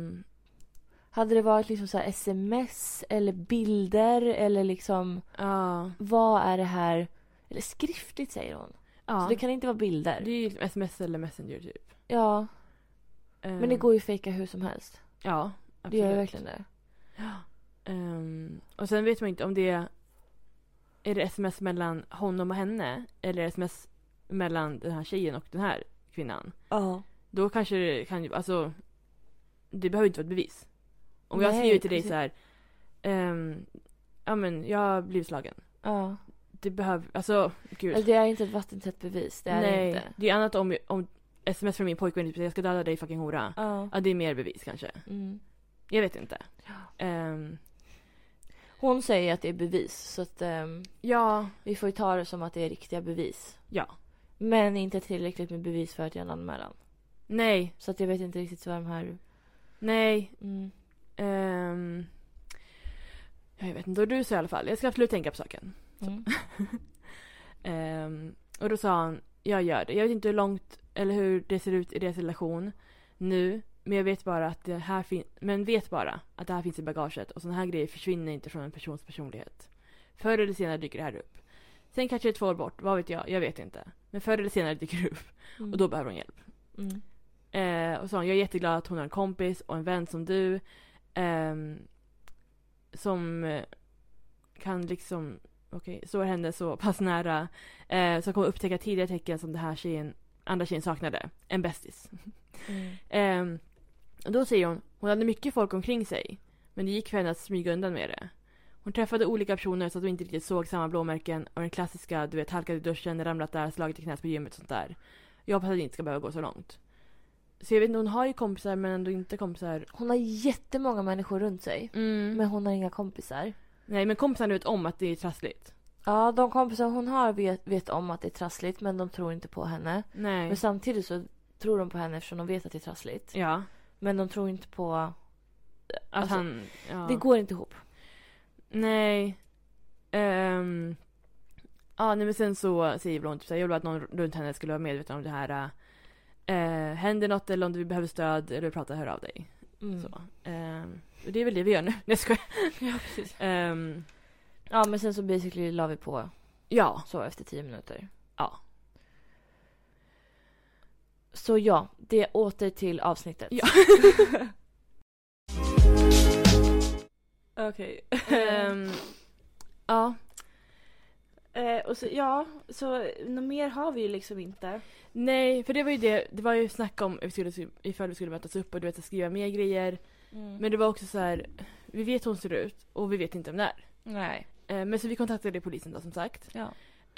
S1: Hade det varit liksom så här sms eller bilder eller liksom
S2: ja,
S1: vad är det här? Eller skriftligt säger hon.
S2: ja.
S1: Så det kan inte vara bilder.
S2: liksom det är ju sms eller messenger typ.
S1: Ja,
S2: Ehm,
S1: men det går ju att fejka hur som helst.
S2: Ja,
S1: Det
S2: absolut.
S1: gör ju verkligen det.
S2: Ehm, och sen vet man inte om det är... Är det sms mellan honom och henne? Eller är det sms mellan den här tjejen och den här kvinnan?
S1: Ja.
S2: Då kanske det kan ju, alltså. Det behöver inte vara ett bevis. Om jag
S1: Nej,
S2: skriver till dig
S1: precis.
S2: så här. ehm, ja men jag har blivit slagen.
S1: ja.
S2: Det behöver, alltså gud.
S1: Alltså, Det är inte ett vattentätt bevis, det är det
S2: nej.
S1: inte.
S2: Det är annat om, om sms från min pojkvän typ jag ska döda dig fucking hora.
S1: Ja.
S2: Ja det är mer bevis kanske.
S1: Mm.
S2: Jag vet inte. Ehm,
S1: Hon säger att det är bevis så att ehm,
S2: ja.
S1: vi får ju ta det som att det är riktiga bevis.
S2: Ja.
S1: Men inte tillräckligt med bevis för att göra en anmälan.
S2: Nej.
S1: Så att jag vet inte riktigt vad de här...
S2: Nej.
S1: Mm.
S2: Ehm, jag vet inte vad du sa i alla fall. Jag ska absolut tänka på saken.
S1: Mm.
S2: Ehm, och då sa han, jag gör det. Jag vet inte hur långt eller hur det ser ut i deras relation nu. Men jag vet bara att det här finns, men vet bara att det här finns i bagaget och sådana här grejer försvinner inte från en persons personlighet. Förr eller senare dyker det här upp. Sen kanske det är två år bort, vad vet jag, jag vet inte. Men förr eller senare dyker det upp och då behöver hon hjälp.
S1: Mm.
S2: Eh, och sa hon, jag är jätteglad att hon har en kompis och en vän som du. ehm, som eh, kan liksom, okej, står henne så pass nära. Eh, som kommer upptäcka tidiga tecken som den här tjejen, andra tjejen saknade. En bästis.
S1: Mm.
S2: Ehm, och då säger hon, hon hade mycket folk omkring sig. Men det gick för henne att smyga undan med det. Hon träffade olika personer så att hon inte riktigt såg samma blåmärken och den klassiska, du vet, halkat i duschen, ramlat där, slagit i knät på gymmet och sånt där. Jag hoppas att det inte ska behöva gå så långt. Så jag vet inte, hon har ju kompisar men ändå inte kompisar.
S1: Hon har jättemånga människor runt sig.
S2: Men,
S1: Men hon har inga kompisar.
S2: nej men kompisarna vet om att det är trassligt.
S1: Ja, de kompisar hon har vet, vet om att det är trassligt men de tror inte på henne.
S2: Nej.
S1: Men samtidigt så tror de på henne eftersom de vet att det är trassligt.
S2: Ja.
S1: Men de tror inte på...
S2: Att
S1: Alltså,
S2: han... Ja.
S1: Det går inte ihop.
S2: Nej. Ehm. ja, nej men sen så säger väl hon typ såhär, jag vill bara att någon runt henne skulle vara medveten om det här. Uh, händer något eller om du behöver stöd eller vill prata, hör av dig.
S1: Mm.
S2: Så. Ehm, och det är väl det vi gör nu. Nej jag skojar.
S1: Ja, precis.
S2: Ehm,
S1: Ja, men sen så basically la vi på
S2: ja.
S1: så efter tio minuter.
S2: Ja.
S1: Så ja, det är åter till avsnittet.
S2: Ja. Okej. Ehm, ja.
S1: Eh, och så, ja, så något mer har vi ju liksom inte.
S2: Nej, för det var ju det. Det var ju snack om vi skulle, ifall vi skulle mötas upp och du vet skriva mer grejer.
S1: Mm.
S2: Men det var också så här. vi vet hur hon ser ut och vi vet inte om det är.
S1: Nej.
S2: Eh, Men så vi kontaktade polisen då som sagt.
S1: Ja.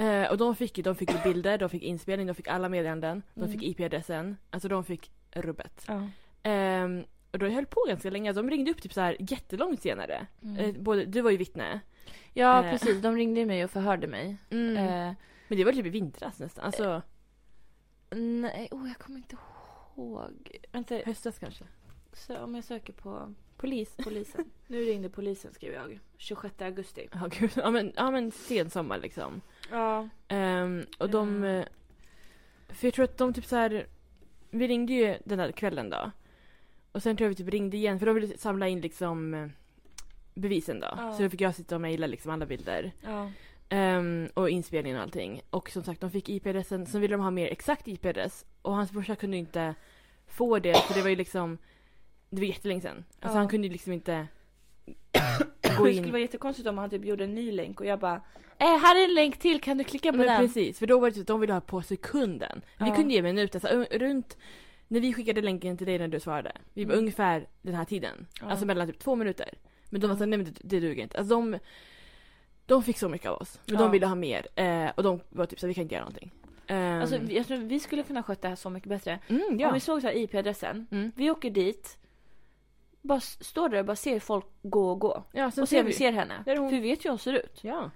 S2: Eh, och de fick ju, de fick ju bilder, de fick inspelning, de fick alla meddelanden, de
S1: Mm.
S2: fick IP-adressen. Alltså de fick rubbet.
S1: Ja.
S2: Ehm, och de höll på ganska länge, de ringde upp typ så här jättelångt senare.
S1: Mm.
S2: Eh, både, du var ju vittne.
S1: Ja,
S2: Eh.
S1: precis. De ringde mig och förhörde mig.
S2: Eh,
S1: Eh,
S2: men det var typ i vintras nästan, alltså
S1: nej, oh, jag kommer inte ihåg. Vänta,
S2: höstas kanske.
S1: så om jag söker på polis, polisen. nu ringde polisen skriver jag. 26 augusti.
S2: Ja gud, ja men, ja, men sensommar liksom.
S1: Ja.
S2: Ehm, och de...
S1: Mm.
S2: eh, För jag tror att de typ så här... Vi ringde ju den där kvällen då. Och sen tror jag vi typ ringde igen för de ville samla in liksom eh, bevisen då.
S1: Ja.
S2: Så då fick jag sitta och mejla liksom alla bilder.
S1: Ja.
S2: Ehm, och inspelningen och allting. Och som sagt de fick IP-adressen. Sen ville de ha mer exakt IP-adress. Och hans brorsa kunde ju inte få det för det var ju liksom... Det var jättelänge sedan. Alltså
S1: Ja.
S2: han kunde ju liksom inte gå
S1: Det skulle vara
S2: in.
S1: jättekonstigt om han typ gjorde en ny länk och jag bara eh, här är en länk till, kan du klicka på
S2: Men
S1: den?
S2: precis, för då var det typ, de ville ha på sekunden. Vi
S1: Ja.
S2: kunde ge minuter, så un- runt när vi skickade länken till dig när du svarade. Vi var
S1: Mm.
S2: ungefär den här tiden.
S1: Ja.
S2: Alltså mellan typ två minuter. Men de var
S1: Ja.
S2: såhär, nej men det, det duger inte. Alltså de, de fick så mycket av oss. Men
S1: Ja.
S2: de ville ha mer. Eh, och de var typ såhär, vi kan inte göra någonting. Ehm,
S1: Alltså, vi- jag tror vi skulle kunna sköta det här så mycket bättre.
S2: mm, ja.
S1: Om vi såg så här IP-adressen,
S2: Mm.
S1: vi åker dit, bara s- står där och bara ser folk gå och gå.
S2: ja, sen
S1: och ser
S2: ser
S1: om vi
S2: vi.
S1: ser henne.
S2: Där är
S1: För
S2: hon.
S1: vi vet ju hur hon ser ut.
S2: Ja.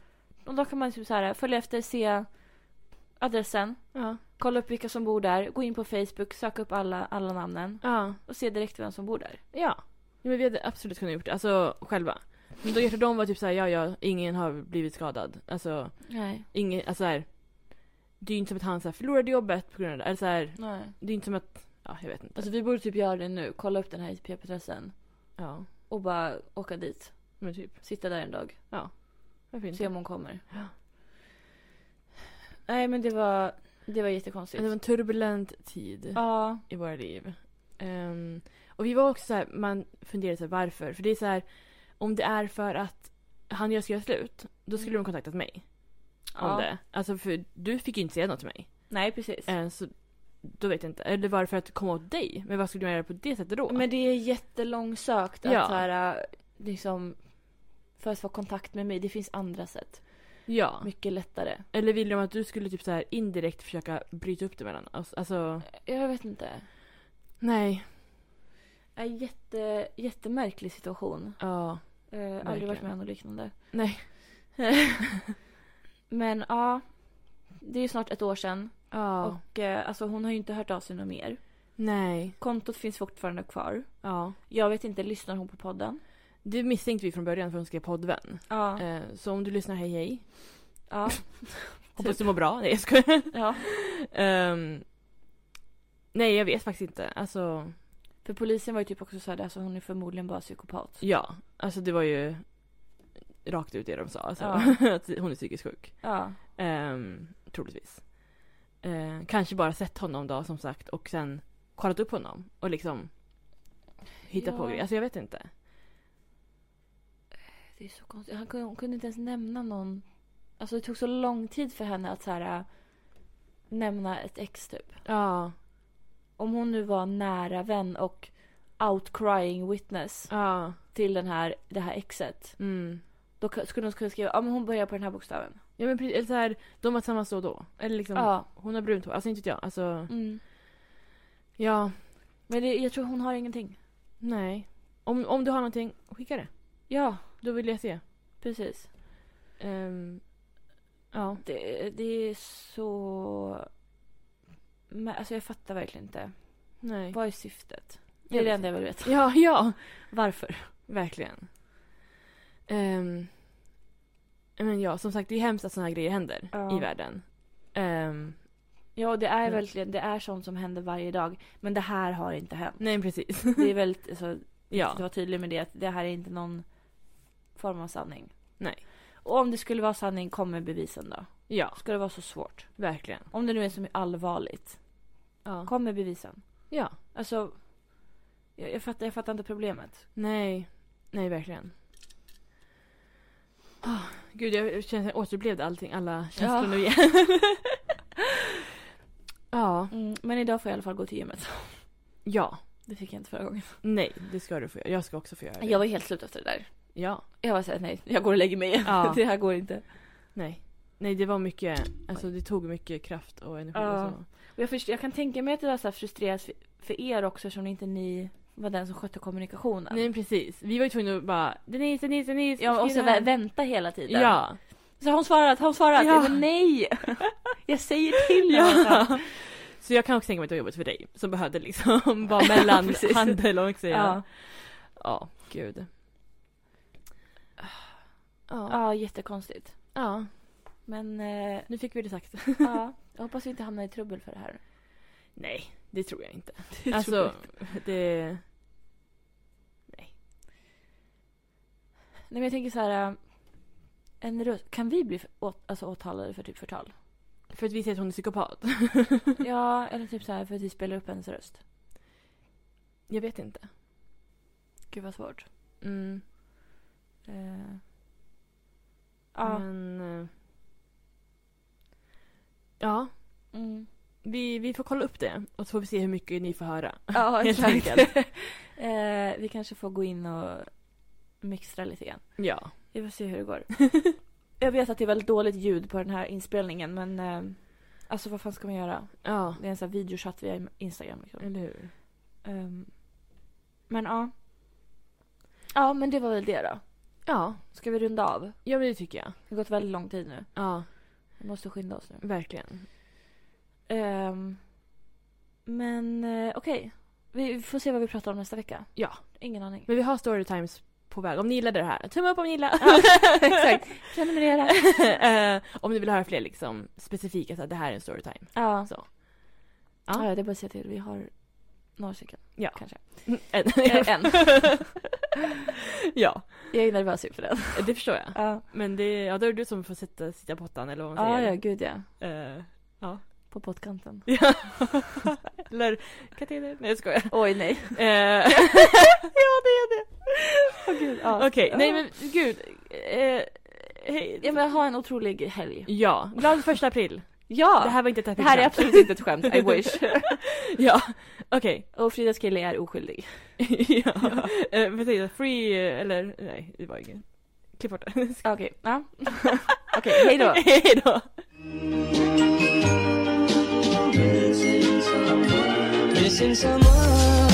S1: Och då kan man typ så här, följa efter, se adressen,
S2: Ja.
S1: kolla upp vilka som bor där, gå in på Facebook, söka upp alla, alla namnen
S2: ja.
S1: och se direkt vem som bor där.
S2: Ja. Ja, men vi hade absolut kunnat gjort det. Alltså själva. Men då Gertrud, de var typ såhär, ja ja, ingen har blivit skadad. Alltså
S1: Nej.
S2: ingen, alltså såhär. Det är ju inte som att han så här, förlorade jobbet på grund av det. Eller såhär,
S1: Nej.
S2: Det är inte som att... Ja, jag vet inte.
S1: Alltså vi borde typ göra det nu, kolla upp den här IP-adressen
S2: Ja,
S1: och bara åka dit,
S2: men typ.
S1: sitta där en dag,
S2: Varför
S1: se
S2: inte?
S1: om hon kommer.
S2: Ja.
S1: Nej men det var Det var jättekonstigt.
S2: Det var en turbulent tid
S1: Typ. Ja.
S2: i våra liv. Ehm, och vi var också så här, man funderade så här, varför. För det är så här, om det är för att han och jag ska göra slut, då skulle de kontaktat mig om
S1: Mm. ja.
S2: det. Alltså för du fick ju inte säga något till mig.
S1: Nej, precis.
S2: Eh, så då vet jag inte. Eller var det för att komma åt dig? Men vad skulle man göra på det sättet då?
S1: Men det är jättelångsökt att
S2: Ja.
S1: så här, äh, liksom för att få kontakt med mig. Det finns andra sätt.
S2: ja.
S1: Mycket lättare.
S2: Eller ville de att du skulle typ så här indirekt försöka bryta upp det mellan oss? Alltså,
S1: Jag vet inte.
S2: nej.
S1: En Eh, jätte, jättemärklig situation.
S2: Ja.
S1: Eh, aldrig
S2: Verkligen.
S1: varit med om något liknande.
S2: Nej.
S1: Men ja, det är ju snart ett år sedan.
S2: Ja.
S1: Och eh, alltså, hon har ju inte hört av sig något mer.
S2: nej.
S1: Kontot finns fortfarande kvar.
S2: Ja.
S1: Jag vet inte, lyssnar hon på podden?
S2: Det misstänkte vi från början för hon skrev poddvän.
S1: Ja.
S2: Eh, så om du lyssnar, hej hej.
S1: Ja.
S2: Hoppas du mår bra. Nej jag skojar.
S1: ja.
S2: Ehm, nej jag vet faktiskt inte. Alltså,
S1: För polisen var ju typ också såhär, alltså, hon är förmodligen bara psykopat.
S2: ja. Alltså det var ju rakt ut det de sa. Alltså, att hon är psykiskt sjuk.
S1: Ja.
S2: Um, troligtvis. Eh, kanske bara sett honom då som sagt och sen kollat upp honom och liksom hittat på
S1: Ja.
S2: grejer. Alltså jag vet inte.
S1: Det är så konstigt. Han kunde, hon kunde inte ens nämna någon. Alltså det tog så lång tid för henne att så här, äh, nämna ett ex typ.
S2: Ja,
S1: Om hon nu var nära vän och outcrying witness
S2: ja,
S1: till den här, det här exet.
S2: mm.
S1: Då k- skulle hon kunna skriva ja men hon börjar på den här bokstaven.
S2: Ja men precis, eller så här, de var tillsammans då och då. Eller liksom,
S1: Ja.
S2: hon har brunt hår. Alltså inte vet jag. Alltså,
S1: Mm.
S2: ja,
S1: Men det, jag tror hon har ingenting.
S2: nej. Om, om du har någonting, skicka det.
S1: Ja,
S2: Då vill jag se.
S1: precis.
S2: Ehm, ja,
S1: Det, det är så... Men, alltså jag fattar verkligen inte.
S2: nej.
S1: Vad är syftet? Det är det enda jag vill veta.
S2: Ja, ja.
S1: Varför?
S2: Verkligen. Ehm, men ja, som sagt det är hemskt att såna här grejer händer
S1: Ja.
S2: i världen. Ehm,
S1: Ja, det är
S2: Mm.
S1: verkligen det är sånt som händer varje dag. Men det här har inte hänt.
S2: nej precis.
S1: Det är väldigt, alltså, att
S2: ja.
S1: vara tydlig med det. Att det här är inte någon form av sanning.
S2: Nej.
S1: Och om det skulle vara sanning, kommer bevisen då?
S2: ja,
S1: Ska det vara så svårt?
S2: verkligen.
S1: Om det nu är som är allvarligt,
S2: Ja.
S1: kommer bevisen?
S2: ja.
S1: Alltså, jag, jag, fattar, jag fattar inte problemet.
S2: Nej, nej verkligen. Ah, gud, jag känner jag återupplevde allting, alla känslor
S1: Ja.
S2: nu igen. ja,
S1: Mm, Men idag får jag i alla fall gå till gymmet.
S2: ja,
S1: Det fick jag inte förra gången.
S2: nej, det ska du få göra. Jag ska också få göra det.
S1: Jag var helt slut efter det där.
S2: Ja,
S1: Jag var såhär, nej, jag går och lägger mig.
S2: Ja.
S1: det här går inte.
S2: nej. Nej, det var mycket, alltså det tog mycket kraft och energi
S1: Ja.
S2: och så.
S1: Och Jag, först, jag kan tänka mig att det var så här frustrerat för, för er också eftersom inte ni var den som skötte kommunikationen.
S2: Nej men precis. Vi var ju tvungna att bara Denise, Denise, Denise.
S1: ja, och så
S2: skriv
S1: vä-
S2: här."
S1: vänta hela tiden.
S2: Ja.
S1: Så har hon svarat, har hon svarat?
S2: Ja.
S1: Ja. Men nej! jag säger till henne. Alltså.
S2: ja. Så jag kan också tänka mig att det var jobbigt för dig som behövde liksom vara mellan
S1: precis.
S2: handel och säga.
S1: Ja.
S2: Ja. ja, gud. Ja.
S1: ja, jättekonstigt.
S2: ja,
S1: Men eh,
S2: nu fick vi det sagt.
S1: ja, jag hoppas vi inte hamnar i trubbel för det här.
S2: Nej, det tror jag inte.
S1: tror
S2: Alltså,
S1: jag
S2: det...
S1: Nej men jag tänker så här. eh, En röst. Kan vi bli åt, alltså, åtalade för typ förtal?
S2: För att vi säger att hon är psykopat.
S1: ja, eller typ så här för att vi spelar upp hennes röst.
S2: Jag vet inte.
S1: Gud vad svårt.
S2: Mm.
S1: Eh, ja.
S2: Men... eh, Ja,
S1: Mm.
S2: vi, vi får kolla upp det och så får vi se hur mycket ni får höra.
S1: Ja,
S2: Helt
S1: exakt.
S2: enkelt.
S1: eh, vi kanske får gå in och mixtra lite grann.
S2: Ja.
S1: Vi får se hur det går. jag vet att det är väldigt dåligt ljud på den här inspelningen men eh, alltså vad fan ska man göra?
S2: Ja,
S1: Det är en sån här videochatt via Instagram liksom.
S2: eller hur?
S1: Ehm, men ja. Ja men det var väl det då.
S2: Ja,
S1: Ska vi runda av?
S2: ja men det tycker jag.
S1: Det har gått väldigt lång tid nu.
S2: Ja,
S1: Vi måste skynda oss nu.
S2: verkligen.
S1: Ehm, men eh, okej. Vi får se vad vi pratar om nästa vecka.
S2: Ja.
S1: Ingen aning.
S2: Men vi har Storytimes på väg. Om ni gillade det här, tumme upp om ni gillar.
S1: Exakt. Prenumerera.
S2: Eh, om ni vill höra fler liksom, specifika, så här, det här är en storytime.
S1: Ja.
S2: Så.
S1: Ja.
S2: Ja.
S1: det är bara att säga till. Vi har några stycken.
S2: Ja.
S1: Kanske.
S2: Mm, En.
S1: Eh, en.
S2: ja,
S1: Jag är nervös inför den.
S2: det förstår jag.
S1: Ja,
S2: Men det, ja, då är det du som får sätta, sitta på åttan eller vad man
S1: ja,
S2: säger.
S1: ja gud ja.
S2: Eh, ja.
S1: På pottkanten.
S2: Ja. Eller kateder. Nej jag skojar.
S1: Oj nej.
S2: Eh,
S1: Ja det är det. Åh gud. Ja.
S2: Okej, nej men gud.
S1: Eh, hej. Ja men ha en otrolig helg.
S2: Ja. Glad första april.
S1: Ja!
S2: Det här var inte ett
S1: det här är
S2: aprilskämt.
S1: absolut inte ett skämt, I wish.
S2: Ja, okej.
S1: Och Fridas kille är oskyldig.
S2: ja. Eh, vad säger jag? Free, eh, eller nej, det var ingen. Klipp bort det.
S1: Okej, ja. Okej, hej då.
S2: Hej då.
S3: Missing someone.